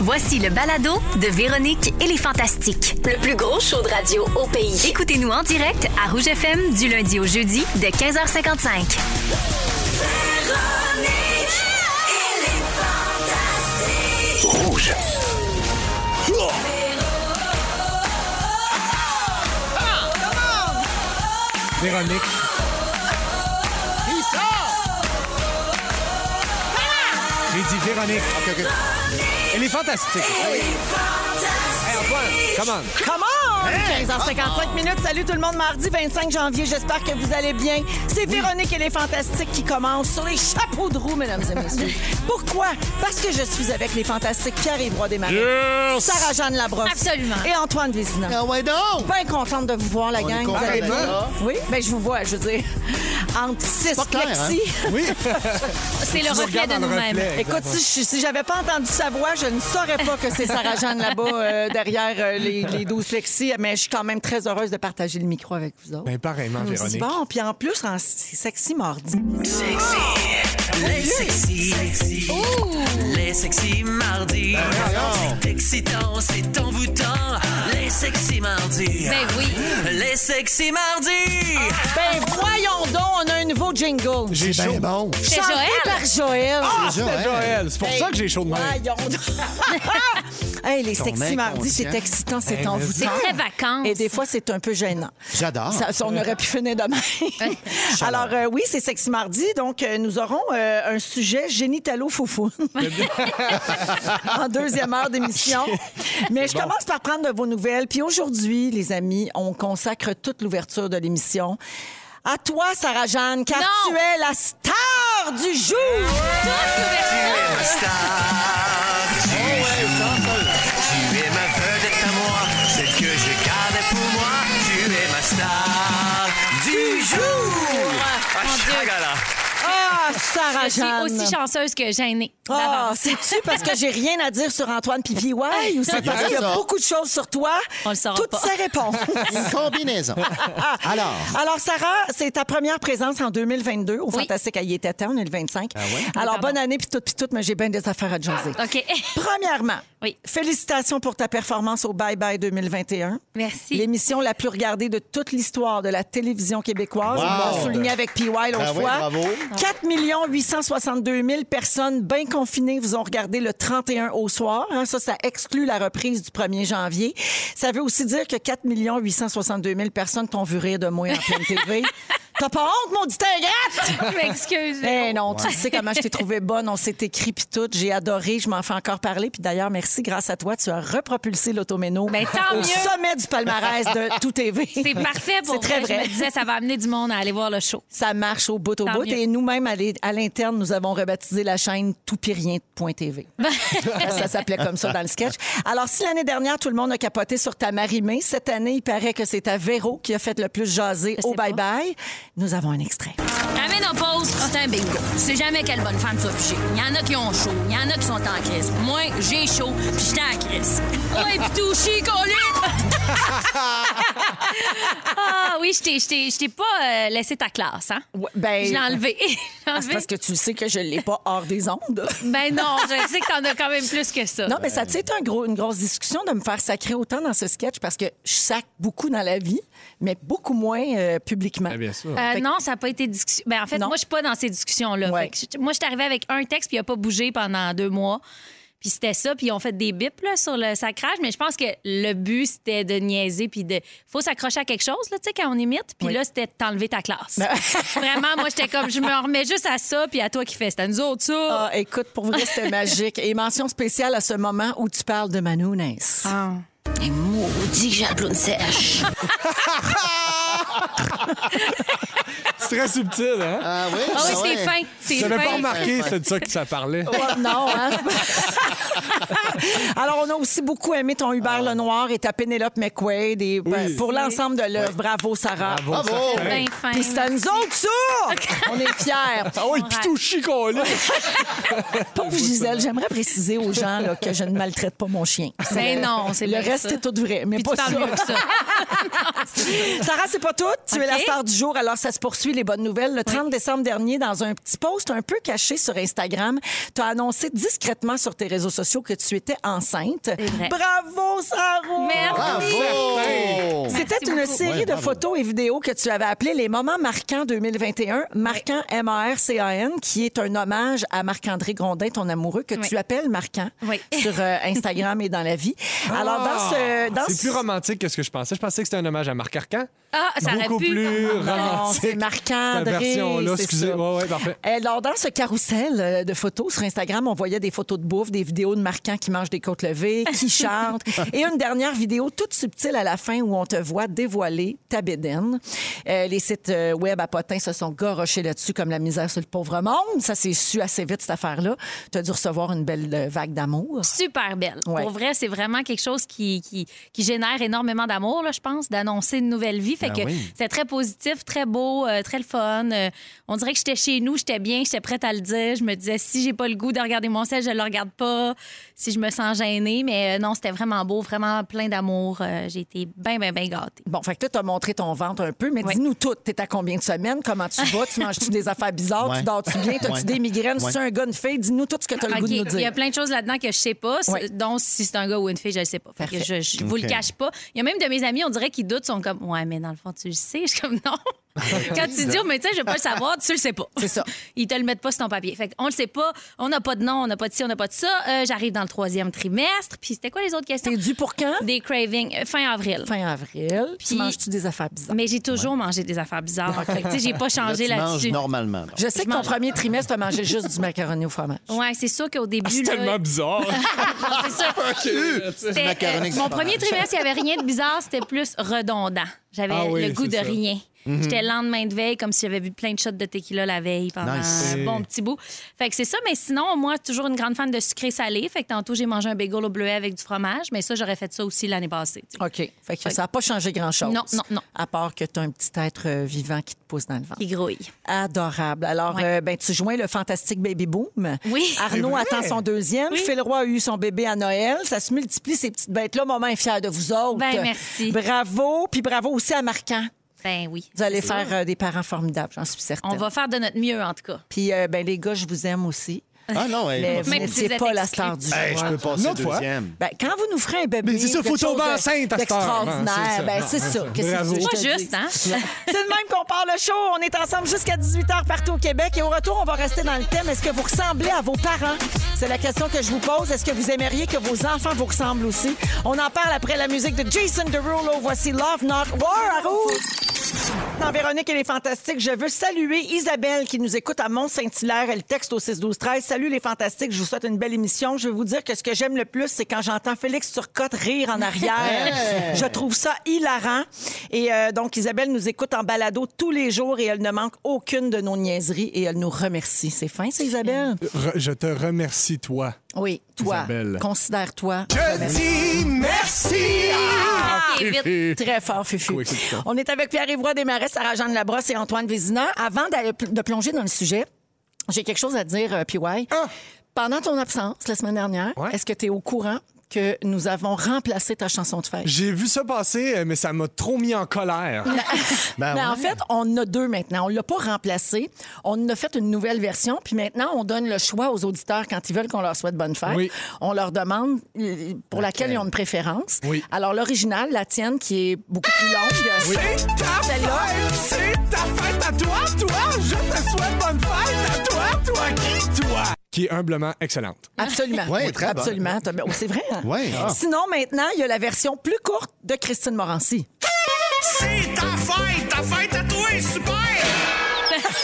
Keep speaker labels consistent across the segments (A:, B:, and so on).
A: Voici le balado de Véronique et les Fantastiques.
B: Le plus gros show de radio au pays.
A: Écoutez-nous en direct à Rouge FM du lundi au jeudi de 15h55.
C: Rouge.
D: Véronique. J'ai dit Véronique. Ah Elle est fantastique. Hey, Antoine, come on.
E: Comment? 15h55 minutes. Salut tout le monde, mardi 25 janvier. J'espère que vous allez bien. C'est Véronique et les Fantastiques qui commencent sur les chapeaux de roue, mesdames et messieurs. Pourquoi? Parce que je suis avec les Fantastiques Pierre-Yves Roy Desmarais, Sarah-Jeanne Labrosse
F: Absolument.
E: et Antoine Vézina.
G: Ah ouais donc!
E: Bien contente de vous voir, la gang. Vous
G: content
E: allez
G: d'être
E: bien?
G: là.
E: Oui, bien, je vous vois, je veux dire, entre six
G: Pas clair, hein?
E: plexis.
D: Oui.
F: C'est le reflet de nous-mêmes.
E: Écoute, si, je- si j'avais pas entendu sa voix, je ne saurais pas que c'est Sarah-Jeanne là-bas euh, derrière euh, les, les 12 flexis, mais je suis quand même très heureuse de partager le micro avec vous autres.
D: Ben, pareillement,
E: C'est
D: Véronique.
E: bon, puis en plus, en- c'est sexy mardi.
H: Les sexy, sexy. Les sexy mardis. C'est excitant, c'est envoûtant. Les sexy mardis.
I: Eh
F: Ben oui.
H: Les sexy mardis.
E: Ben voyons donc, on a un nouveau jingle.
D: J'ai
G: Ben
D: chaud.
G: bon.
F: C'est
E: Chanté
F: Joël.
E: par Joël. ben,
D: Ah, c'était
G: Joël.
D: Joël. C'est pour ça que j'ai chaud de main.
E: Voyons donc. Hey, les sexy mardis,
G: inconscient.
E: c'est excitant, c'est
D: Hey, mais
F: C'est
E: envoûtant.
F: très vacances.
E: Et des fois, c'est un peu gênant.
G: J'adore.
E: Ça, ça, on aurait pu finir demain. Alors, euh, oui, c'est Sexy Mardi. Donc, euh, nous aurons euh, un sujet génitalo foufou en deuxième heure d'émission. Mais je commence par prendre de vos nouvelles. Puis aujourd'hui, les amis, on consacre toute l'ouverture de l'émission à toi, Sarah-Jeanne, car
F: Non.
E: tu es la star du jour.
F: Toute l'ouverture.
H: Ma star. Tu es, tu es ma vedette à moi. Celle que je gardais pour moi. Tu es ma star du jour. Ah,
F: Mon Dieu.
H: chagala.
E: Ah,
F: Je suis
E: Sarah-Jeanne.
F: aussi chanceuse que gênée.
E: Ah,
F: d'avance.
E: c'est-tu parce que j'ai rien à dire sur Antoine Pipi? Ouais, ou c'est parce qu'il y a
G: ça.
E: beaucoup de choses sur toi.
F: On le saura
E: Toutes
F: pas.
E: ces réponses.
G: Une combinaison. Alors,
E: Alors, Sarah, c'est ta première présence en 2022 au
F: Oui.
E: Fantastique à y était temps, on est le 25.
G: Ah ouais?
E: Alors,
F: Oui, pardon. Ah,
E: bonne année, puis tout, puis tout, mais j'ai bien des affaires à te jaser.
F: OK.
E: Premièrement,
F: Oui.
E: félicitations pour ta performance au Bye Bye 2021.
F: Merci.
E: L'émission la plus regardée de toute l'histoire de la télévision québécoise.
G: Wow.
E: On l'a souligné avec PY l'autre
G: Ah ouais,
E: fois.
G: bravo.
E: 4 862 000 personnes bien confinées vous ont regardé le 31 au soir. hein. ça, ça exclut la reprise du 1er janvier. Ça veut aussi dire que 4 862 000 personnes t'ont vu rire de moi en pleine TV. T'as pas honte, mon dit ingrate!
F: Je m'excuse.
E: Eh non, tu sais comment je t'ai trouvée bonne. On s'est écrit puis tout. J'ai adoré. Je m'en fais encore parler. Puis d'ailleurs, merci. Grâce à toi, tu as repropulsé l'automéno
F: Ben, tant
E: au
F: mieux.
E: sommet du palmarès de Tout TV.
F: C'est parfait pour
E: C'est très
F: vrai.
E: vrai.
F: Je me disais, ça va amener du monde à aller voir le show.
E: Ça marche au bout au
F: Tant
E: bout.
F: mieux.
E: Et nous-mêmes, à l'é- à l'interne, nous avons rebaptisé la chaîne toutpirien.tv. ça s'appelait comme ça dans le sketch. Alors, si l'année dernière, tout le monde a capoté sur ta Marimé, cette année, il paraît que c'est ta Véro qui a fait le plus jaser
F: Je
E: au
F: sais pas.
E: bye-bye. Nous avons un extrait.
I: La ménopause, c'est un bingo. Tu sais jamais quelle bonne femme tu vas picher. Il y en a qui ont chaud, il y en a qui sont en crise. Moi, j'ai chaud, puis j'étais en crise. Ouais, puis tout chicolé.
F: Ah oui, je t'ai- je t'ai je t'ai pas euh, laissé ta classe, hein?
E: Ouais, ben-
F: Je l'ai enlevé. Je l'ai
E: Ah, c'est
F: enlevé.
E: parce que tu sais que je ne l'ai pas hors des ondes.
F: Ben non, je sais que t'en as quand même plus que ça.
E: Non, mais ça a été un gros- une grosse discussion de me faire sacrer autant dans ce sketch parce que je sacre beaucoup dans la vie, mais beaucoup moins euh, publiquement.
D: Eh bien sûr.
F: Euh, non, ça n'a pas été discussion. Ben, en fait,
E: Non.
F: moi, je suis pas dans ces discussions-là.
E: Ouais.
F: Fait que je- Moi, je suis arrivée avec un texte, puis il n'a pas bougé pendant deux mois. Puis c'était ça, puis ils ont fait des bips là, sur le sacrage, mais je pense que le but, c'était de niaiser, puis de. faut s'accrocher à quelque chose, là, tu sais, quand on imite. Puis là, c'était de t'enlever ta classe.
E: Ben.
F: Vraiment, moi, j'étais comme, je me remets juste à ça, puis à toi qui fais. C'était à nous autres, ça.
E: Ah, écoute, pour vrai, c'était magique. Et mention spéciale à ce moment où tu parles de Manounes.
F: Ah.
I: Et maudit que j'ai la une sèche.
D: C'est très subtil, hein?
G: ah oui?
F: Ah oui, c'est fin. C'est
D: Je
F: fin.
D: n'avais pas remarqué, c'est de ça que ça parlait.
E: non, hein? Alors, on a aussi beaucoup aimé ton Hubert Lenoir et ta Pénélope McQuaid et, ben, pour l'ensemble de l'œuvre. Bravo, Sarah.
G: Bravo!
F: Ben fin.
E: Puis c'est à nous autres, ça! On est fiers.
D: Ah oui, puis tout chicolé.
E: Pauvre Gisèle, j'aimerais préciser aux gens là, que je ne maltraite pas mon chien.
F: Ben non, c'est
E: Le
F: bien
E: reste
F: ça.
E: est tout vrai, mais
F: Puis
E: pas
F: tu parles mieux que ça.
E: Sarah, c'est pas tout. Tu es
F: OK.
E: la star du jour, alors ça se poursuit les les bonnes nouvelles. Le 30 décembre dernier, dans un petit post un peu caché sur Instagram, tu as annoncé discrètement sur tes réseaux sociaux que tu étais enceinte.
F: vrai.
E: Bravo, Sarah!
G: Bravo!
E: C'était une
F: beaucoup.
E: série
G: Ouais,
E: de
G: bravo.
E: photos et vidéos que tu avais appelées les moments marquants 2021, marquant M-A-R-C-A-N, qui est un hommage à Marc-André Grondin, ton amoureux, que
F: Oui.
E: tu appelles marquant
F: Oui.
E: sur euh, Instagram et dans la vie. Alors, dans ce. dans
D: Ah. C'est
E: ce-
D: plus romantique que ce que je pensais. Je pensais que c'était un hommage à Marc Arcan.
F: Ah, ça
D: Beaucoup
F: aurait pu.
D: plus
E: Non,
D: romantique.
E: c'est Marc-André.
D: Cette version-là,
E: c'est
D: excusez.
E: ça.
D: Ouais, ouais, parfait.
E: Alors, dans ce carrousel euh, de photos sur Instagram, on voyait des photos de bouffe, des vidéos de marquants qui mangent des côtes levées, qui chantent, et une dernière vidéo toute subtile à la fin où on te voit dévoiler ta bédaine. Euh, les sites euh, web à potins se sont garochés là-dessus comme la misère sur le pauvre monde. Ça s'est su assez vite, cette affaire-là. Tu as dû recevoir une belle euh, vague d'amour.
F: Super belle.
E: Ouais.
F: Pour vrai, c'est vraiment quelque chose qui, qui, qui génère énormément d'amour, là, je pense, d'annoncer une nouvelle vie. Fait
G: Ah
F: que
G: oui.
F: c'était très positif, très beau, euh, très le fun. Euh, on dirait que j'étais chez nous, j'étais bien, j'étais prête à le dire. Je me disais, si j'ai pas le goût de regarder mon sel, je le regarde pas. Si je me sens gênée, mais euh, non, c'était vraiment beau, vraiment plein d'amour. Euh, j'ai été bien, bien, bien gâtée.
E: Bon, fait que là, t'as montré ton ventre un peu, mais
F: Ouais.
E: dis-nous tout. T'es à combien de semaines? Comment tu vas? Tu manges-tu des affaires bizarres?
G: Ouais.
E: Tu dors-tu bien? T'as-tu
G: Ouais.
E: des migraines?
G: Ouais.
E: Tu un gars, une fille? Dis-nous tout ce que t'as le
F: OK,
E: goût de nous
F: Il y a
E: dire.
F: plein de choses là-dedans que je sais pas, c'est-
E: Ouais.
F: dont si c'est un gars ou une fille, je le sais pas. Fait que je, je vous le
G: OK.
F: cache pas. Il y a même de mes amis, on dirait qu'ils doutent, sont comme Ouais, mais dans le fond, tu le sais. Je suis comme non. Quand tu dis au médecin, je veux pas le savoir, tu le sais pas.
E: C'est ça.
F: Ils te le mettent pas sur ton papier. Fait qu'on le sait pas, on n'a pas de nom, on n'a pas de ci, on n'a pas de ça. Euh, J'arrive dans le troisième trimestre. Puis c'était quoi les autres questions?
E: T'es dû pour quand?
F: Des cravings, euh, fin avril.
E: Fin avril. Tu
F: Puis-
E: manges-tu des affaires bizarres?
F: Mais j'ai toujours mangé des affaires bizarres. Fait que, tu sais, j'ai pas
G: Là,
F: changé
G: tu manges
F: là-dessus.
G: normalement. donc.
E: Je sais que ton premier trimestre, t'as mangé juste du macaroni au fromage.
F: Ouais, c'est sûr qu'au début.
D: Ah, C'est
F: là,
D: tellement bizarre.
F: c'est sûr. C'était,
G: Du macaroni
F: euh,
G: avec
F: mon
G: du fromage.
F: premier trimestre, il n'y avait rien de bizarre, c'était plus redondant. J'avais
D: Ah oui,
F: le goût de
D: c'est ça.
F: rien.
G: Mhm.
F: J'étais le lendemain de veille, comme si j'avais vu plein de shots de tequila la veille pendant
G: Nice.
F: un bon petit bout. Fait que c'est ça, mais sinon, moi, toujours une grande fan de sucré salé. Fait que tantôt, j'ai mangé un bagel au bleuet avec du fromage, mais ça, j'aurais fait ça aussi l'année passée. tu sais.
D: Ah.
E: OK. Fait que ça n'a pas changé grand-chose.
F: Non, non, non.
E: À part que t'as un petit être euh, vivant qui te pousse dans le ventre.
F: Qui grouille.
E: Adorable. Alors,
F: Ouais.
E: euh, ben, tu joins le fantastique Baby Boom.
F: Oui.
E: Arnaud attend son deuxième.
F: Oui.
E: Phil Roy a eu son bébé à Noël. Ça se multiplie, ces petites bêtes-là. Maman est fière de vous autres.
F: Ben, merci.
E: Bravo. Puis bravo aussi à Marquant.
F: Ben oui.
E: Vous allez faire euh, des parents formidables, j'en suis certaine.
F: On va faire de notre mieux, en tout cas.
E: Puis, euh, ben, les gars, je vous aime aussi.
G: Ah non, elle
E: Mais
G: est
E: vous
F: Même si vous
E: n'étiez
F: êtes
E: pas la
F: exclus.
E: star du jour.
G: Hey, je peux passer
D: L'autre fois.
G: deuxième.
E: Ben, quand vous nous ferez un bébé,
D: Mais c'est ça,
E: quelque
D: faut tomber
E: chose de-
D: enceinte à cette heure. Non, c'est
E: D'extraordinaire.
D: ça.
E: Ben,
D: Non,
E: c'est
D: c'est
E: ça.
D: ça.
E: Qu'est-ce que
D: Bravo.
E: tu veux que
F: Pas
E: je te
F: juste,
E: dise?
F: hein?
E: C'est de même qu'on part le show. On est ensemble jusqu'à 18h partout au Québec. Et au retour, on va rester dans le thème. Est-ce que vous ressemblez à vos parents? C'est la question que je vous pose. Est-ce que vous aimeriez que vos enfants vous ressemblent aussi? On en parle après la musique de Jason Derulo. Voici Love Not War à Rouge. Dans Véronique, elle est fantastique. Je veux saluer Isabelle qui nous écoute à Mont-Saint-Hilaire. Elle texte au 6-12-13. Salut les fantastiques, je vous souhaite une belle émission. Je vais vous dire que ce que j'aime le plus, c'est quand j'entends Félix Turcotte rire en arrière. je trouve ça hilarant. Et euh, donc, Isabelle nous écoute en balado tous les jours et elle ne manque aucune de nos niaiseries et elle nous remercie. C'est fin, c'est Isabelle?
D: Re- je te remercie, toi.
E: Oui, toi,
D: Isabelle.
E: considère-toi
H: Je dis merci.
E: Ah.
F: OK, vite.
E: Très fort, Fufu.
D: Oui, c'est ça.
E: On est avec Pierre-Yvroy Desmarais, Sarah-Jeanne Labrosse et Antoine Vézina. Avant d'aller pl- de plonger dans le sujet, j'ai quelque chose à te dire, euh, PY.
G: Ah!
E: Pendant ton absence la semaine dernière,
D: Ouais.
E: est-ce que tu es au courant que nous avons remplacé ta chanson de fête?
D: J'ai vu ça passer, euh, mais ça m'a trop mis en colère.
G: Ben
D: Ah
E: Mais
G: ouais.
E: en fait, on en a deux maintenant. On l'a pas remplacé. On en a fait une nouvelle version. Puis maintenant, on donne le choix aux auditeurs quand ils veulent qu'on leur souhaite bonne fête.
D: Oui.
E: On leur demande euh, pour laquelle ils ont une préférence.
D: Oui.
E: Alors, l'original, la tienne, qui est beaucoup plus longue.
H: C'est ta fête, c'est ta fête à toi, toi. Je te souhaite bonne fête à toi, toi qui, toi.
D: Qui est humblement excellente.
E: Absolument.
G: Ouais, très bonne.
E: Absolument. T'as- oh, C'est vrai. hein?
G: Ouais. Ah.
E: Sinon, maintenant, il y a la version plus courte de Christine Morancy.
H: C'est ta fête, ta fête à toi, super.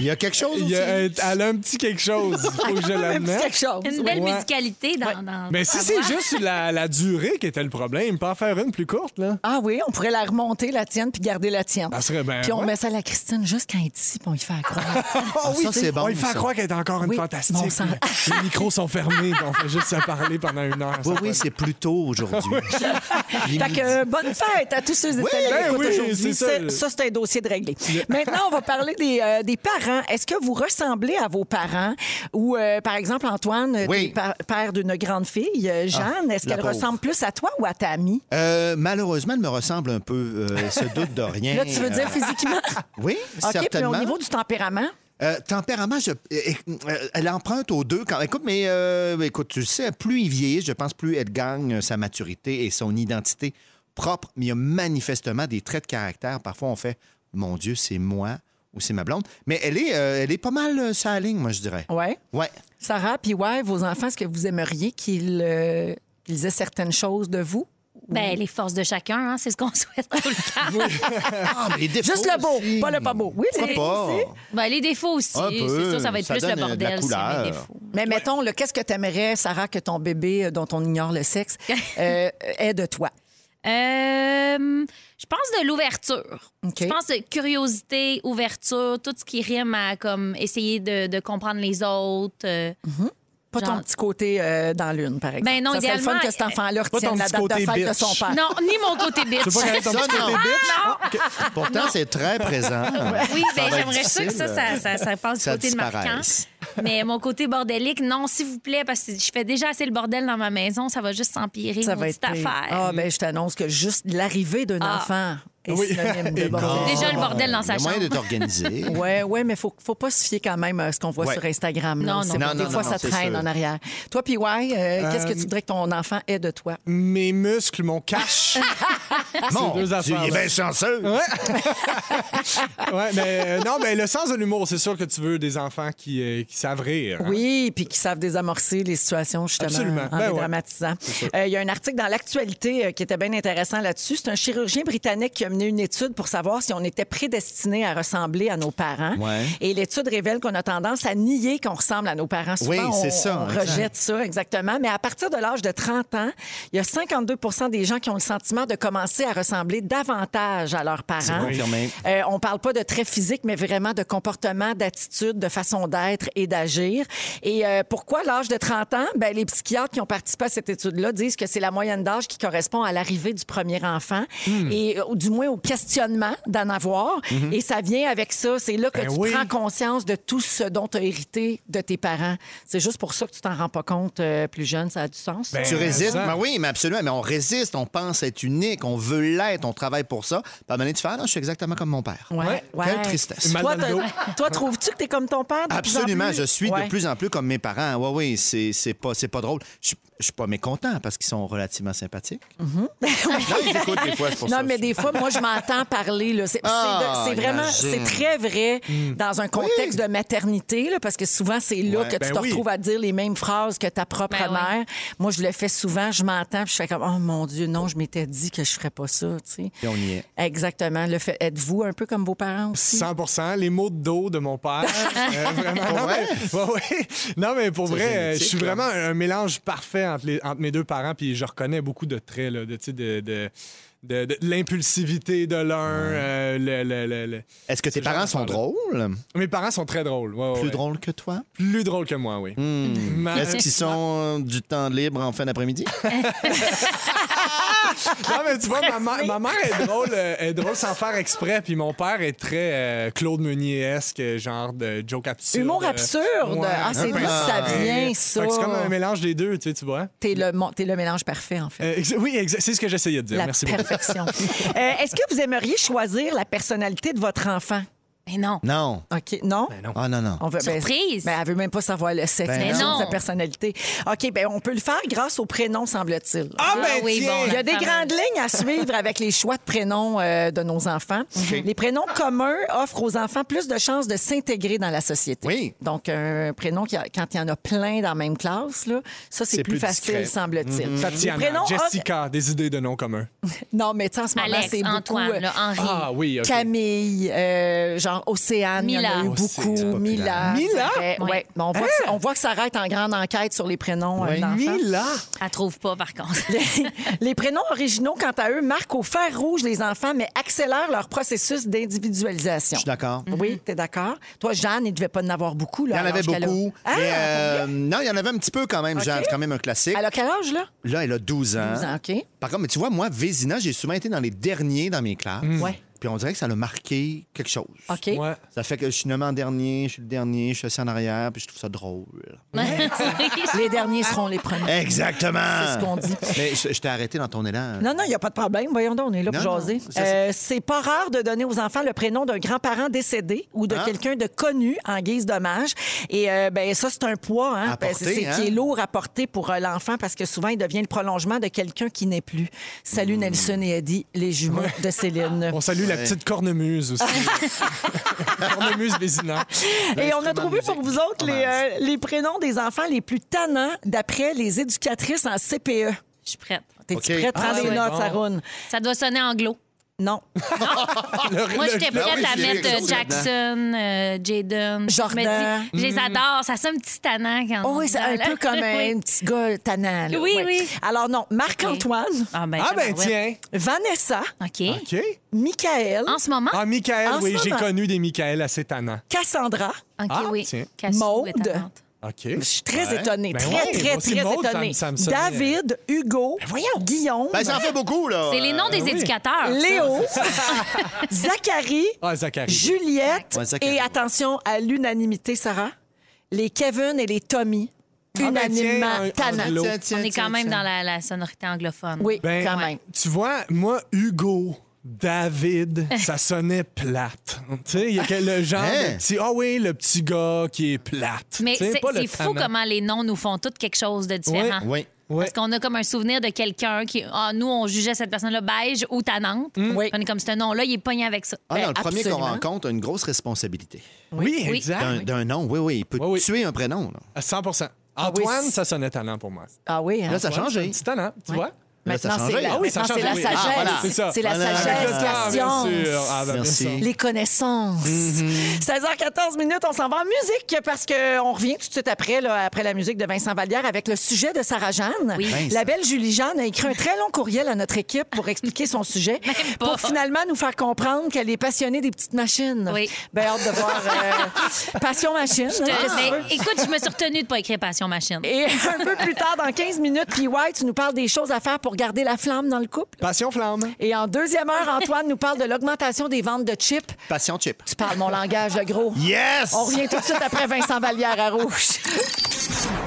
G: Il y a quelque chose
D: Il
G: aussi.
D: y a, euh, elle a un petit quelque chose. Faut que je
E: Un petit
D: l'admette.
E: quelque chose.
F: Une belle
D: Ouais.
F: musicalité dans. dans-
D: Mais
F: dans
D: si
F: ta
D: c'est
F: voix.
D: juste la, la durée qui était le problème, pas en faire une plus courte, là.
E: Ah oui, on pourrait la remonter, la tienne, puis garder la tienne.
D: Ça serait bien,
E: Puis on
D: ouais.
E: met ça à la Christine juste quand elle est ici, puis on y fait croire.
G: Ah, ça, c'est bon.
D: on lui fait
G: ça.
D: croire qu'elle est encore une
E: Oui,
D: fantastique.
E: bon sang.
D: Les micros sont fermés, donc on fait juste se parler pendant une heure.
G: Oui, oui, c'est plus tôt aujourd'hui.
D: Ah
G: Il est
E: fait que euh, bonne fête à tous ceux et celles
G: Oui,
E: qui
D: ben
E: écoutent
D: oui,
E: aujourd'hui.
D: c'est ça.
E: C'est- Ça, c'est un dossier de réglé. Maintenant, on va parler des, euh, des parents, est-ce que vous ressemblez à vos parents? Ou, euh, par exemple, Antoine, euh,
G: Oui. Ah,
E: t'es pa- père d'une grande fille, euh, Jeanne, est-ce
G: la
E: qu'elle
G: pauvre.
E: ressemble plus à toi ou à ta amie?
G: Euh, malheureusement, elle me ressemble un peu. euh, elle se doute de rien.
E: Là, tu veux dire
G: Euh,
E: physiquement?
G: Oui,
E: OK, puis
G: certainement.
E: au niveau du tempérament?
G: Euh, tempérament, je- euh, euh, elle emprunte aux deux. Quand... Écoute, mais euh, écoute, tu le sais, plus il vieillit, je pense, plus elle gagne sa maturité et son identité propre. Mais il y a manifestement des traits de caractère. Parfois, on fait Mon Dieu, c'est moi ou c'est ma blonde. Mais elle est, euh, elle est pas mal euh, sa ligne, moi, je dirais.
E: Oui.
G: Ouais.
E: Sarah, puis ouais, vos enfants, est-ce que vous aimeriez qu'ils euh, qu'ils aient certaines choses de vous?
F: Ben, les forces de chacun, hein, c'est ce qu'on souhaite tout le temps.
G: Ah, mais les défauts
E: Juste le beau,
G: aussi.
E: pas le pas beau. Oui,
G: Pourquoi
E: c'est-
G: pas?
F: Ben, les défauts aussi.
G: Un peu.
F: C'est sûr, ça va être
G: Ça
F: plus le
G: donne, euh, de la
F: bordel s'il y a des
G: couleur.
F: défauts.
E: Mais mettons, le qu'est-ce que t'aimerais, Sarah, que ton bébé, euh, dont on ignore le sexe, euh, ait de toi?
F: Euh, je pense de l'ouverture.
E: OK.
F: Je pense de curiosité, ouverture, tout ce qui rime à comme essayer de, de comprendre les autres. euh.
E: Pas ton
F: Genre-
E: petit côté euh, dans l'une, par exemple.
F: Ben non,
E: ça serait le fun
F: idéalement,
E: que cet enfant-là
D: ton
E: retienne la
D: petit
E: date de
D: côté
E: fête de
D: bitch.
E: son père.
F: Non, ni mon côté bitch.
D: Tu veux pas qu'elle ait ton
G: Ça,
D: petit côté
G: non.
D: bitch?
G: Pourtant, c'est très présent.
F: Ah, Oui,
G: Ça
F: ben,
G: va être
F: j'aimerais ça que ça, ça,
G: difficile. euh,
F: ça, ça passe du
G: Ça
F: côté de marquant.
G: disparaisse.
F: Mais mon côté bordélique, non, s'il vous plaît, parce que je fais déjà assez le bordel dans ma maison, ça va juste s'empirer,
E: Ça
F: mon
E: va être
F: petite
E: pire.
F: affaire.
E: Ah, ben je t'annonce que juste l'arrivée d'un
F: Ah.
E: enfant est
D: Oui.
E: synonyme de
D: Et
E: bordel.
F: Déjà le bordel dans
G: Il y
F: sa
G: a
F: chambre.
G: moyen de t'organiser.
E: Ouais, ouais, mais faut, faut pas se fier quand même à ce qu'on voit
G: Ouais.
E: sur Instagram. là.
F: Non,
E: C'est-
F: non.
G: Non,
E: des
G: non,
E: fois,
G: non,
E: ça
G: c'est
E: traîne
G: sûr.
E: en arrière. Toi, puis ouais, euh, qu'est-ce que tu
D: Euh,
E: voudrais que ton enfant ait de toi?
D: Mes muscles, mon cash.
G: Mon
D: deux
G: Dieu,
D: affaires,
G: il est
D: là.
G: bien chanceux.
D: ouais, mais euh, non, mais le sens de l'humour, c'est sûr que tu veux des enfants qui, euh, qui savent rire. hein.
E: Oui, puis qui savent désamorcer les situations, justement,
D: Absolument.
E: en
D: Ben
E: les
D: ouais.
E: dramatisant. Euh, Il y a un article dans l'actualité euh, qui était bien intéressant là-dessus. C'est un chirurgien britannique qui a mené une étude pour savoir si on était prédestiné à ressembler à nos parents.
G: Ouais.
E: Et l'étude révèle qu'on a tendance à nier qu'on ressemble à nos parents. Souvent,
G: Oui, c'est
E: on-
G: ça,
E: On
G: exact.
E: rejette ça, exactement. Mais à partir de l'âge de 30 ans, il y a 52 des gens qui ont le sentiment de commencer à ressembler davantage à leurs parents.
G: confirmé.
E: Euh, on parle pas de traits physiques, mais vraiment de comportement, d'attitude, de façon d'être et d'agir. Et euh, pourquoi l'âge de 30 ans? Ben, les psychiatres qui ont participé à cette étude-là disent que c'est la moyenne d'âge qui correspond à l'arrivée du premier enfant
G: Hmm.
E: et euh, ou du moins au questionnement d'en avoir.
G: Mhm.
E: Et ça vient avec ça. C'est là que
D: Ben
E: tu
D: oui.
E: prends conscience de tout ce dont tu as hérité de tes parents. C'est juste pour ça que tu t'en rends pas compte euh, plus jeune. Ça a du sens.
D: Ben,
G: Tu résistes.
D: ça.
G: Ben oui, mais absolument. Mais on résiste, on pense être unique, on veut l'être, on travaille pour ça. Puis à un moment donné, tu fais, ah non, je suis exactement comme mon père.
E: Ouais, ouais.
G: Quelle tristesse.
D: Mal
E: Toi,
D: dans le
E: t'as- toi, trouves-tu que tu es comme ton père? de plus en
G: Absolument,
E: plus?
G: je suis
E: Ouais.
G: de plus en plus comme mes parents. Oui, oui, c'est c'est pas, c'est pas drôle. Je suis- je suis pas mécontent parce qu'ils sont relativement sympathiques. non, ils écoutent des fois, c'est pour
E: Mm-hmm. Non,
G: ça.
E: mais des fois, moi, je m'entends parler. là. C'est c'est de-
G: Ah,
E: c'est vraiment, c'est
G: imagine.
E: très vrai
D: Hmm.
E: dans un contexte de maternité, là, parce que souvent, c'est là
G: Ouais,
E: que tu
D: ben
E: te
D: oui.
E: retrouves à dire les mêmes phrases que ta propre
F: Ben oui.
E: mère. Moi, je le fais souvent, je m'entends, puis je fais comme, oh mon Dieu, non, je m'étais dit que je ferais pas ça, tu sais.
G: Et on y est.
E: Exactement. Le fait, êtes-vous un peu comme vos parents aussi?
D: 100 les mots de dos de mon père. Euh, vraiment. Non, mais, ouais, ouais. non, mais pour vrai, euh, je suis
G: génétique, là.
D: vraiment un mélange parfait entre, les- entre mes deux parents, puis je reconnais beaucoup de traits, là, de, tu sais, de, de- de- de l'impulsivité de l'un. euh, le- le- le- le-
G: Est-ce que tes
D: Ce genre
G: parents sont
D: d'affaires-là.
G: drôles?
D: Mes parents sont très drôles. ouais, ouais,
G: Plus
D: ouais.
G: drôles que toi?
D: Plus drôles que moi, oui. Ma-
E: Ah,
G: Est-ce qu'ils sont du temps libre en fin d'après-midi?
D: Non, mais tu vois, ma, ma- ma mère est drôle, euh, est drôle sans faire exprès, puis mon père est très euh, Claude Meunier-esque, euh, genre de joke absurde. euh,
E: Humour absurde. Ah,
D: un
E: c'est
D: peu
E: là que ça vient, ça.
D: Fait que C'est comme un mélange des deux, tu, sais, tu vois.
E: T'es le, mon- t'es le mélange parfait, en fait.
D: Euh, exa- oui, exa- c'est ce que j'essayais de dire.
E: La
D: Merci beaucoup.
E: perfection. Euh, Est-ce que vous aimeriez choisir la personnalité de votre enfant?
F: Mais non.
G: Non.
E: OK, non?
G: Ah non, non.
E: On veut, ben,
F: Surprise!
E: Mais elle veut même pas savoir le sexe,
G: Ben
E: mais
F: non.
E: sa personnalité. OK, ben on peut le faire grâce au prénom, semble-t-il.
D: Ah, ben
F: oui,
D: tiens!
F: bon.
E: Il y a des
F: fameuse.
E: grandes lignes à suivre avec les choix de prénoms euh, de nos enfants. Les prénoms communs offrent aux enfants plus de chances de s'intégrer dans la société.
G: Oui.
E: Donc, un prénom qui a- quand il y en a plein dans la même classe, là, ça, c'est
G: C'est
E: plus,
G: plus
E: facile,
G: discret.
E: semble-t-il. Les
D: Mm-hmm. Tatiana,
E: prénoms
D: Jessica, des idées de noms communs.
E: offrent- Non, mais tu sais, en ce moment,
F: Alex,
E: c'est beaucoup...
F: Antoine,
E: euh,
F: là, Henri.
D: Ah oui, OK.
E: Camille, euh, genre Océane, il y en a
F: Mila.
E: eu
D: Océane,
E: beaucoup.
D: c'est populaire.
E: Mila.
D: Mila?
E: c'est vrai,
F: Oui.
E: ouais. Mais on, voit
G: Hein?
E: que, ça- on voit que ça arrête en grande enquête sur les prénoms
G: Ben
E: euh, d'enfants.
D: Mila!
F: Elle trouve pas, par contre.
E: Les, les prénoms originaux, quant à eux, marquent au fer rouge les enfants, mais accélèrent leur processus d'individualisation.
G: Je suis d'accord.
E: Oui, t'es d'accord? Toi, Jeanne, il devait pas en avoir beaucoup. Là,
G: Il y en
E: à
G: avait
E: l'âge qu'elle a.
G: beaucoup.
E: Ah,
G: mais, euh, non, il y en avait un petit peu quand même, Jeanne. C'est quand même un classique.
E: Elle a quel âge, là?
G: Là, elle a 12 ans.
E: 12 ans, OK.
G: Par contre, mais tu vois, moi, Vézina, j'ai souvent été dans les derniers dans mes classes.
E: Mm. Ouais.
G: Puis on dirait que ça l'a marqué quelque chose.
E: OK.
D: Ouais.
G: Ça fait que je suis nommé en dernier, je suis le dernier, je suis assis en arrière, puis je trouve ça drôle.
E: Les derniers
G: Ah!
E: seront les premiers.
G: Exactement.
E: C'est ce qu'on dit.
G: Mais je, je t'ai arrêté dans ton élan.
E: Non, non, il n'y a pas de problème. Voyons donc, on est là pour
G: Non, non,
E: jaser.
G: ça,
E: Euh, c'est pas rare de donner aux enfants le prénom d'un grand-parent décédé ou de
G: Hein?
E: quelqu'un de connu en guise d'hommage. Et euh, ben ça, c'est un poids hein,
G: À
E: ben,
G: porter,
E: c'est- c'est-
G: hein?
E: qui est lourd à porter pour euh, l'enfant parce que souvent, il devient le prolongement de quelqu'un qui n'est plus. Salut
G: Hmm.
E: Nelson et Eddie, les jumeaux de Céline.
D: On salue la petite cornemuse aussi. cornemuse Bézina.
E: Et on a trouvé pour vous autres les,
G: Hommage.
E: euh, les prénoms des enfants les plus tannants d'après les éducatrices en CPE.
F: Je suis prête.
E: T'es-tu
G: OK.
E: prêt? Prends
D: Ah,
E: des
D: ouais.
E: notes,
D: Bon.
E: Saroune.
F: Ça doit sonner anglo.
E: Non.
F: Moi, j'étais
G: Ben oui,
F: prête à
G: j'ai
F: mettre
G: quelque
F: euh,
G: chose
F: Jackson, euh, Jaden.
E: Jordan.
F: Je me dis, je
D: Mm.
F: les adore. Ça sonne petit tannant quand
E: Oh oui, c'est un
F: Voilà.
E: peu comme
F: Oui.
E: un petit gars tannant. là.
F: Oui,
E: Ouais.
F: oui.
E: Alors non, Marc-Antoine,
F: Ah, ben,
D: Ah ben Ah.
F: tabarouette.
D: tiens.
E: Vanessa,
F: OK.
D: OK.
E: Michael,
F: En ce moment?
D: Ah, Michael,
E: En ce
D: oui, j'ai
E: moment.
D: connu des Michael assez tannants.
E: Cassandra.
F: OK,
D: Ah,
F: oui.
D: tiens.
F: Cassou
E: Maude.
F: est tannante.
D: OK.
E: Je suis très
G: Ouais.
E: étonnée,
D: Ben
E: très,
D: ouais,
E: très,
D: moi aussi,
E: très
D: Maud, ça me-
E: étonnée.
D: ça me sonnait, euh,
E: David, Hugo, Guillaume,
G: Ben, ça en fait beaucoup, là.
F: C'est les noms des
D: Ah, ben oui.
F: éducateurs. ça.
E: Léo, Zachary,
D: Ah, Zachary.
E: Juliette
G: Ouais, Zachary.
E: et attention à l'unanimité, Sarah, les Kevin et les Tommy,
D: Ah, ben, tiens,
E: unanimement
D: un- un
E: tannants.
D: anglo.
F: On est quand même dans la, la sonorité anglophone.
E: Oui,
D: Ben,
E: quand même.
D: Tu vois, moi, Hugo, David, ça sonnait plate. Tu sais, il y a que le genre
G: Hein?
D: de petit. Ah oui, le petit gars qui est plate.
F: Mais
D: Tu sais,
F: c'est
D: pas le
F: c'est fou
D: tannant.
F: comment les noms nous font toutes quelque chose de différent.
G: Oui.
D: Ouais.
F: Parce qu'on a comme un souvenir de quelqu'un qui. Ah, nous, on jugeait cette personne-là beige ou tannante.
D: Mm.
E: Oui.
F: On est comme ce nom-là, il est pogné avec ça.
G: Ah
F: Ben,
G: non, le premier qu'on
F: absolument.
G: rencontre a une grosse responsabilité.
D: Oui,
F: Oui.
E: Ah,
D: exact.
G: D'un d'un nom, oui, oui. Il peut
D: Oui, oui.
G: tuer un prénom. Là,
D: À 100 Antoine,
E: oui, c'est-
D: ça sonnait tannant pour moi.
E: Ah oui, hein.
G: Là, ça a changé.
D: C'est tannant, tu vois?
G: Là, ça a
E: Maintenant, c'est
G: changé.
E: la,
G: Ah
D: oui, ça
E: maintenant, c'est la
D: change, oui.
E: sagesse.
D: Ah, voilà, c'est
E: c'est,
D: ça.
E: la
G: Voilà.
E: sagesse,
G: Avec
D: le temps, bien
E: la science,
D: sûr. Ah, ben, bien
G: Merci.
F: Mm-hmm.
D: sûr.
E: les connaissances. 16h14 minutes, on s'en va en musique parce qu'on revient tout de suite après, là, après la musique de Vincent Vallière avec le sujet de Sarah Jeanne.
F: Oui.
G: Vincent.
E: La belle Julie Jeanne a écrit un très long courriel à notre équipe pour expliquer son sujet,
F: pas.
E: pour finalement nous faire comprendre qu'elle est passionnée des petites machines.
F: Oui.
E: Ben, hâte de voir euh, Passion Machine. hein,
D: Ah.
E: qu'est-ce que
F: Je-
E: tu
F: ben,
E: veux?
F: écoute, je me suis retenue de ne pas écrire Passion Machine.
E: Et un peu plus tard, dans 15 minutes, puis White, tu nous parles des choses à faire pour garder la flamme dans le couple.
D: Passion flamme.
G: Euh.
E: Et en deuxième heure, Antoine nous parle de l'augmentation des ventes de chips.
G: Passion chip.
E: Tu parles mon langage, le gros.
G: Yes!
E: On revient tout de suite après Vincent Vallière à Rouge.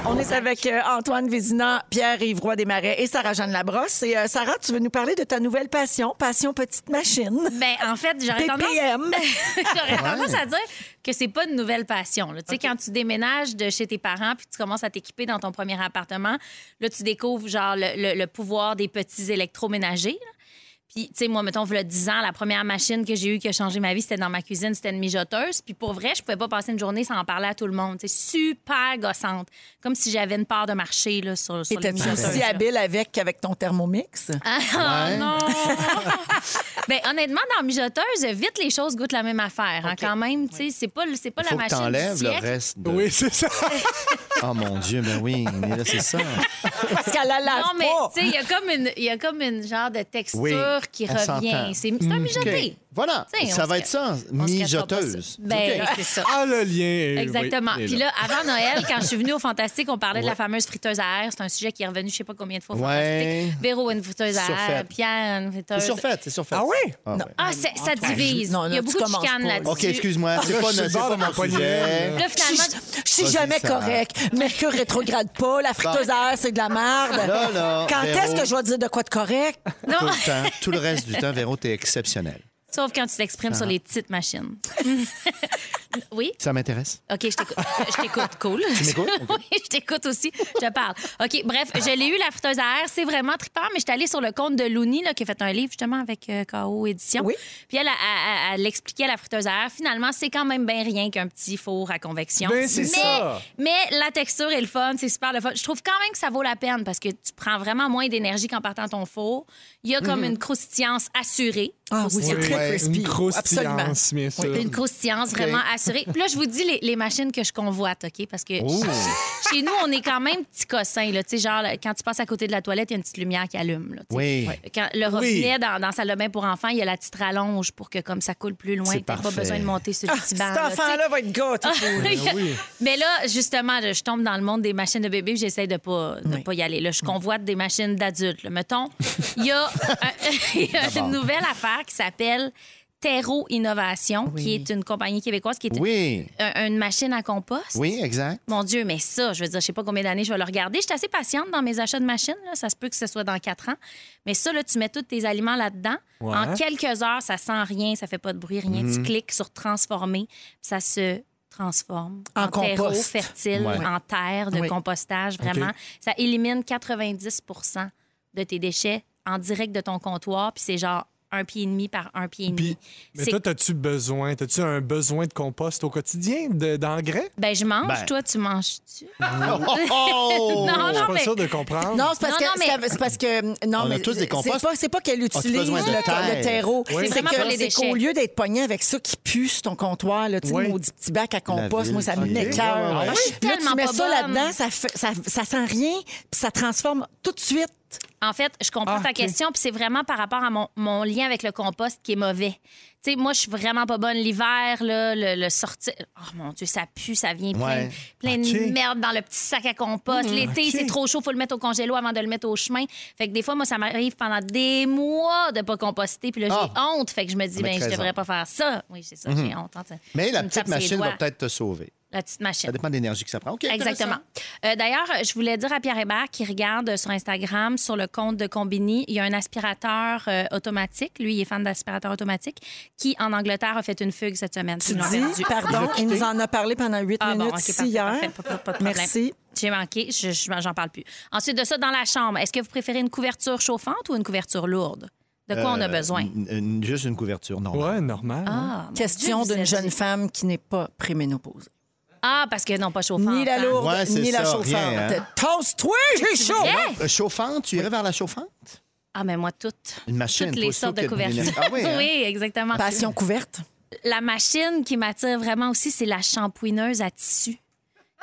E: On est avec euh, Antoine Vézina, Pierre-Yves Roy Desmarais et Sarah-Jeanne Labrosse. Et euh, Sarah, tu veux nous parler de ta nouvelle passion, Passion Petite Machine,
F: Ben, en fait, j'aurais tendance,
E: PPM.
F: j'aurais tendance à dire que c'est pas une nouvelle passion. là. Tu sais, quand tu déménages de chez tes parents puis tu commences à t'équiper dans ton premier appartement, là, tu découvres genre le, le- le pouvoir des petits électroménagers. là. Puis, tu sais, moi, mettons, le 10 ans, la première machine que j'ai eue qui a changé ma vie, c'était dans ma cuisine, c'était une mijoteuse. Puis, pour vrai, je pouvais pas passer une journée sans en parler à tout le monde. C'est super gossante. Comme si j'avais une part de marché là, sur, sur les
E: Étais-tu
F: mijoteuses,
E: aussi
F: là.
E: habile avec qu'avec ton thermomix?
F: Ah non! ben, honnêtement, dans la mijoteuse, vite les choses goûtent la même affaire, hein, quand même. Tu sais, C'est pas, le- c'est pas la
G: Faut que
F: machine du
G: t'enlèves le
F: siècle.
G: reste. de-
D: Oui, c'est ça.
G: Oh mon Dieu, ben oui, mais là, c'est ça.
E: Parce qu'elle la lave
F: Non, mais
E: pas.
F: tu sais, il y a comme une, il y a comme une genre de texture
G: Oui,
F: qui
G: on
F: revient.
G: s'entend. Hmm.
F: C'est c'est un mijoté.
G: OK. Voilà,
F: Tu sais, on
G: ça
F: se
G: va
F: ca-
G: être ça,
F: on se cachera pas
G: mijoteuse.
F: ça. Ben,
G: OK. Eh
F: c'est ça.
D: Ah, le lien. est- oui,
F: Exactement.
D: il est
F: Puis là, avant Noël, quand je suis venue au Fantastique, on parlait de la fameuse friteuse à air. C'est un sujet qui est revenu je sais pas combien de fois au
G: Ouais.
F: Fantastique. Véro, une friteuse à air.
G: Surfaite.
F: Pierre, une friteuse.
G: C'est surfait, c'est surfait.
D: Ah oui?
G: ouais.
F: Euh, Ah, c'est- ça divise.
E: Non, non,
F: il y a
E: tu
F: beaucoup de
E: commences
F: chicanes
E: pas.
F: là-dessus.
G: OK, excuse-moi, c'est pas,
D: Je suis
G: notre- c'est
D: bord
G: pas
D: de ma
G: mon
D: poignée.
G: sujet.
F: Là,
E: Je
F: finalement,
E: je suis jamais
G: Sarah.
E: correct. Mercure rétrograde pas, la friteuse à air, c'est de la merde.
G: Là, là,
E: Quand
G: Véro.
E: est-ce que je vais dire de quoi de correct?
G: Tout
F: non.
G: le temps, tout le reste du temps, Véro, t'es exceptionnel.
F: Sauf quand tu t'exprimes sur les petites machines. oui?
G: Ça m'intéresse.
F: OK, je t'écoute. Je t'écoute, cool. Tu
G: m'écoutes?
F: oui, je t'écoute aussi. Je parle. OK, bref, je l'ai eu, la friteuse à air. C'est vraiment trippant, mais je suis allée sur le compte de Louni, là, qui a fait un livre justement avec euh, K.O. Édition.
E: Oui.
F: Puis elle, a- a- a- elle expliquait la friteuse à air. Finalement, c'est quand même bien rien qu'un petit four à convection.
D: Ben, c'est
F: mais,
D: ça.
F: mais la texture est le fun, c'est super le fun. Je trouve quand même que ça vaut la peine parce que tu prends vraiment moins d'énergie qu'en partant ton four. Il y a comme une croustillance assurée.
E: Ah oui,
F: aussi.
E: c'est très
D: Ouais,
E: crispy.
D: une croustillance,
E: Absolument.
D: bien sûr.
F: Une croustillance vraiment assurée. Puis là, je vous dis les, les machines que je convoite, OK? Parce que
G: Oh.
F: chez- chez nous, on est quand même petit cossin. Là. Tu sais, Genre, là, quand tu passes à côté de la toilette, il y a une petite lumière qui allume. là, tu sais.
G: Oui.
F: Quand le
D: Oui.
F: robinet dans, dans la salle de bain pour enfants, il y a la petite rallonge pour que comme ça coule plus loin,
G: C'est
F: tu pas
G: parfait.
F: besoin de monter sur le petit
E: Cet
F: banc. Ben, là, tu sais.
E: enfant-là va être gâté.
D: Ben
F: Mais là, justement, je, je tombe dans le monde des machines de bébé, puis j'essaie de pas de
E: Oui.
F: pas y aller. Là, je convoite des machines d'adultes. là. Mettons, il y a un- il y a une nouvelle affaire qui s'appelle Terreau Innovation, qui est une compagnie québécoise, qui est
G: Oui.
F: un- une machine à compost.
G: Oui, exact.
F: Mon Dieu, mais ça, je veux dire, je sais pas combien d'années je vais le regarder. Je suis assez patiente dans mes achats de machines. là. Ça se peut que ce soit dans quatre ans. Mais ça, là, tu mets tous tes aliments là-dedans.
D: Ouais.
F: En quelques heures, ça sent rien, ça fait pas de bruit, rien.
G: Mhm.
F: Tu cliques sur transformer, puis ça se transforme
E: En
F: terreau
E: compost.
F: fertile,
G: Ouais.
F: en terre de
E: Oui.
F: compostage, vraiment. Ça élimine 90 de tes déchets en direct de ton comptoir, puis c'est genre un pied et demi par un pied et demi.
D: Puis, mais
F: C'est-
D: toi, as-tu besoin, as-tu un besoin de compost au quotidien, de- d'engrais?
F: Ben, je mange,
G: Ben.
F: toi, tu manges-tu?
G: Oh!
F: non,
D: Je suis
F: non,
D: pas
F: mais...
D: sûr de comprendre.
E: Non, c'est parce,
F: Non,
E: que-
F: non, mais-
E: c'est parce- c'est parce que. Non,
G: On a
E: mais
G: tous des
E: c'est
G: composts.
E: pas- C'est pas, qu'elle
G: As-tu
E: utilise
G: besoin de
E: le,
G: terre?
E: le terreau.
D: Oui.
E: C'est
F: Vraiment
E: que-
F: pour les
E: c'est
F: déchets.
E: qu'au lieu d'être pogné avec ça qui pue sur ton comptoir, là, tu sais,
D: Oui.
E: le maudit petit bac à
G: ville,
E: compost, moi, ça me
G: ok.
E: m'écœure. Ah,
G: Ouais, ouais, ouais.
E: Là,
G: Je suis
F: tellement
E: tu mets
F: pas
E: ça
F: bonne.
E: là-dedans, ça, fait- ça, ça sent rien, puis ça transforme tout de suite.
F: En fait, je comprends
D: Ah,
F: ta
D: ok.
F: question, puis c'est vraiment par rapport à mon, mon lien avec le compost qui est mauvais. Tu sais, moi, je suis vraiment pas bonne l'hiver, là, le, le sortir. Oh mon Dieu, ça pue, ça vient plein,
G: Ouais. Mmh,
F: plein
D: Ok.
F: de merde dans le petit sac à compost. L'été,
D: ok.
F: c'est trop chaud, faut le mettre au congélo avant de le mettre au chemin. Fait que des fois, moi, ça m'arrive pendant des mois de pas composter, puis là, j'ai
G: Ah.
F: honte. Fait que je me dis,
G: Avec
F: ben, je
G: raison. Mmh.
F: devrais pas faire ça. Oui, c'est ça, j'ai honte. hein, tu-
G: Mais
F: tu
G: la
F: me
G: petite
F: tapes sur les
G: machine va
F: doigts.
G: peut-être te sauver.
F: La petite machine.
G: Ça dépend de l'énergie que ça prend. OK,
F: Exactement. Euh, D'ailleurs, je voulais dire à Pierre Hébert qui regarde euh, sur Instagram, sur le compte de Combini, il y a un aspirateur euh, automatique. Lui, il est fan d'aspirateur automatique qui, en Angleterre, a fait une fugue cette semaine.
E: Tu
F: Ils l'ont
E: dis,
F: perdu.
E: pardon, il nous en a parlé pendant huit
F: Ah bon,
E: minutes
F: ok,
E: ici
F: parfait,
E: hier.
F: parfait, pas- pas- pas de problème.
E: Merci.
F: J'ai manqué, je- je- j'en parle plus. Ensuite de ça, dans la chambre, est-ce que vous préférez une couverture chauffante ou une couverture lourde? De quoi on
G: Euh,
F: a besoin?
G: n- n- Juste une couverture, non.
D: Ouais, normal. hein.
F: Ah, mon
E: Question
F: Dieu, vous
E: d'une
F: êtes-
E: jeune femme qui n'est pas préménopausée.
F: Ah, parce que non, pas chauffante.
E: Ni la
F: hein.
E: lourde,
G: Ouais, c'est
E: ni la
G: ça,
E: chauffante.
G: rien, hein.
E: Tosse-toi, j'ai chaud!
F: Hein?
G: Euh, chauffante, tu irais vers la chauffante?
F: Ah, mais moi, toutes.
G: Une machine.
F: Toutes
G: faut
F: les sortes de
G: surtout qu'il y ait
F: couvertures.
G: une- Ah oui, hein?
F: oui, exactement.
E: Passion couverte.
F: la machine qui m'attire vraiment aussi, c'est la shampouineuse à tissu. Tu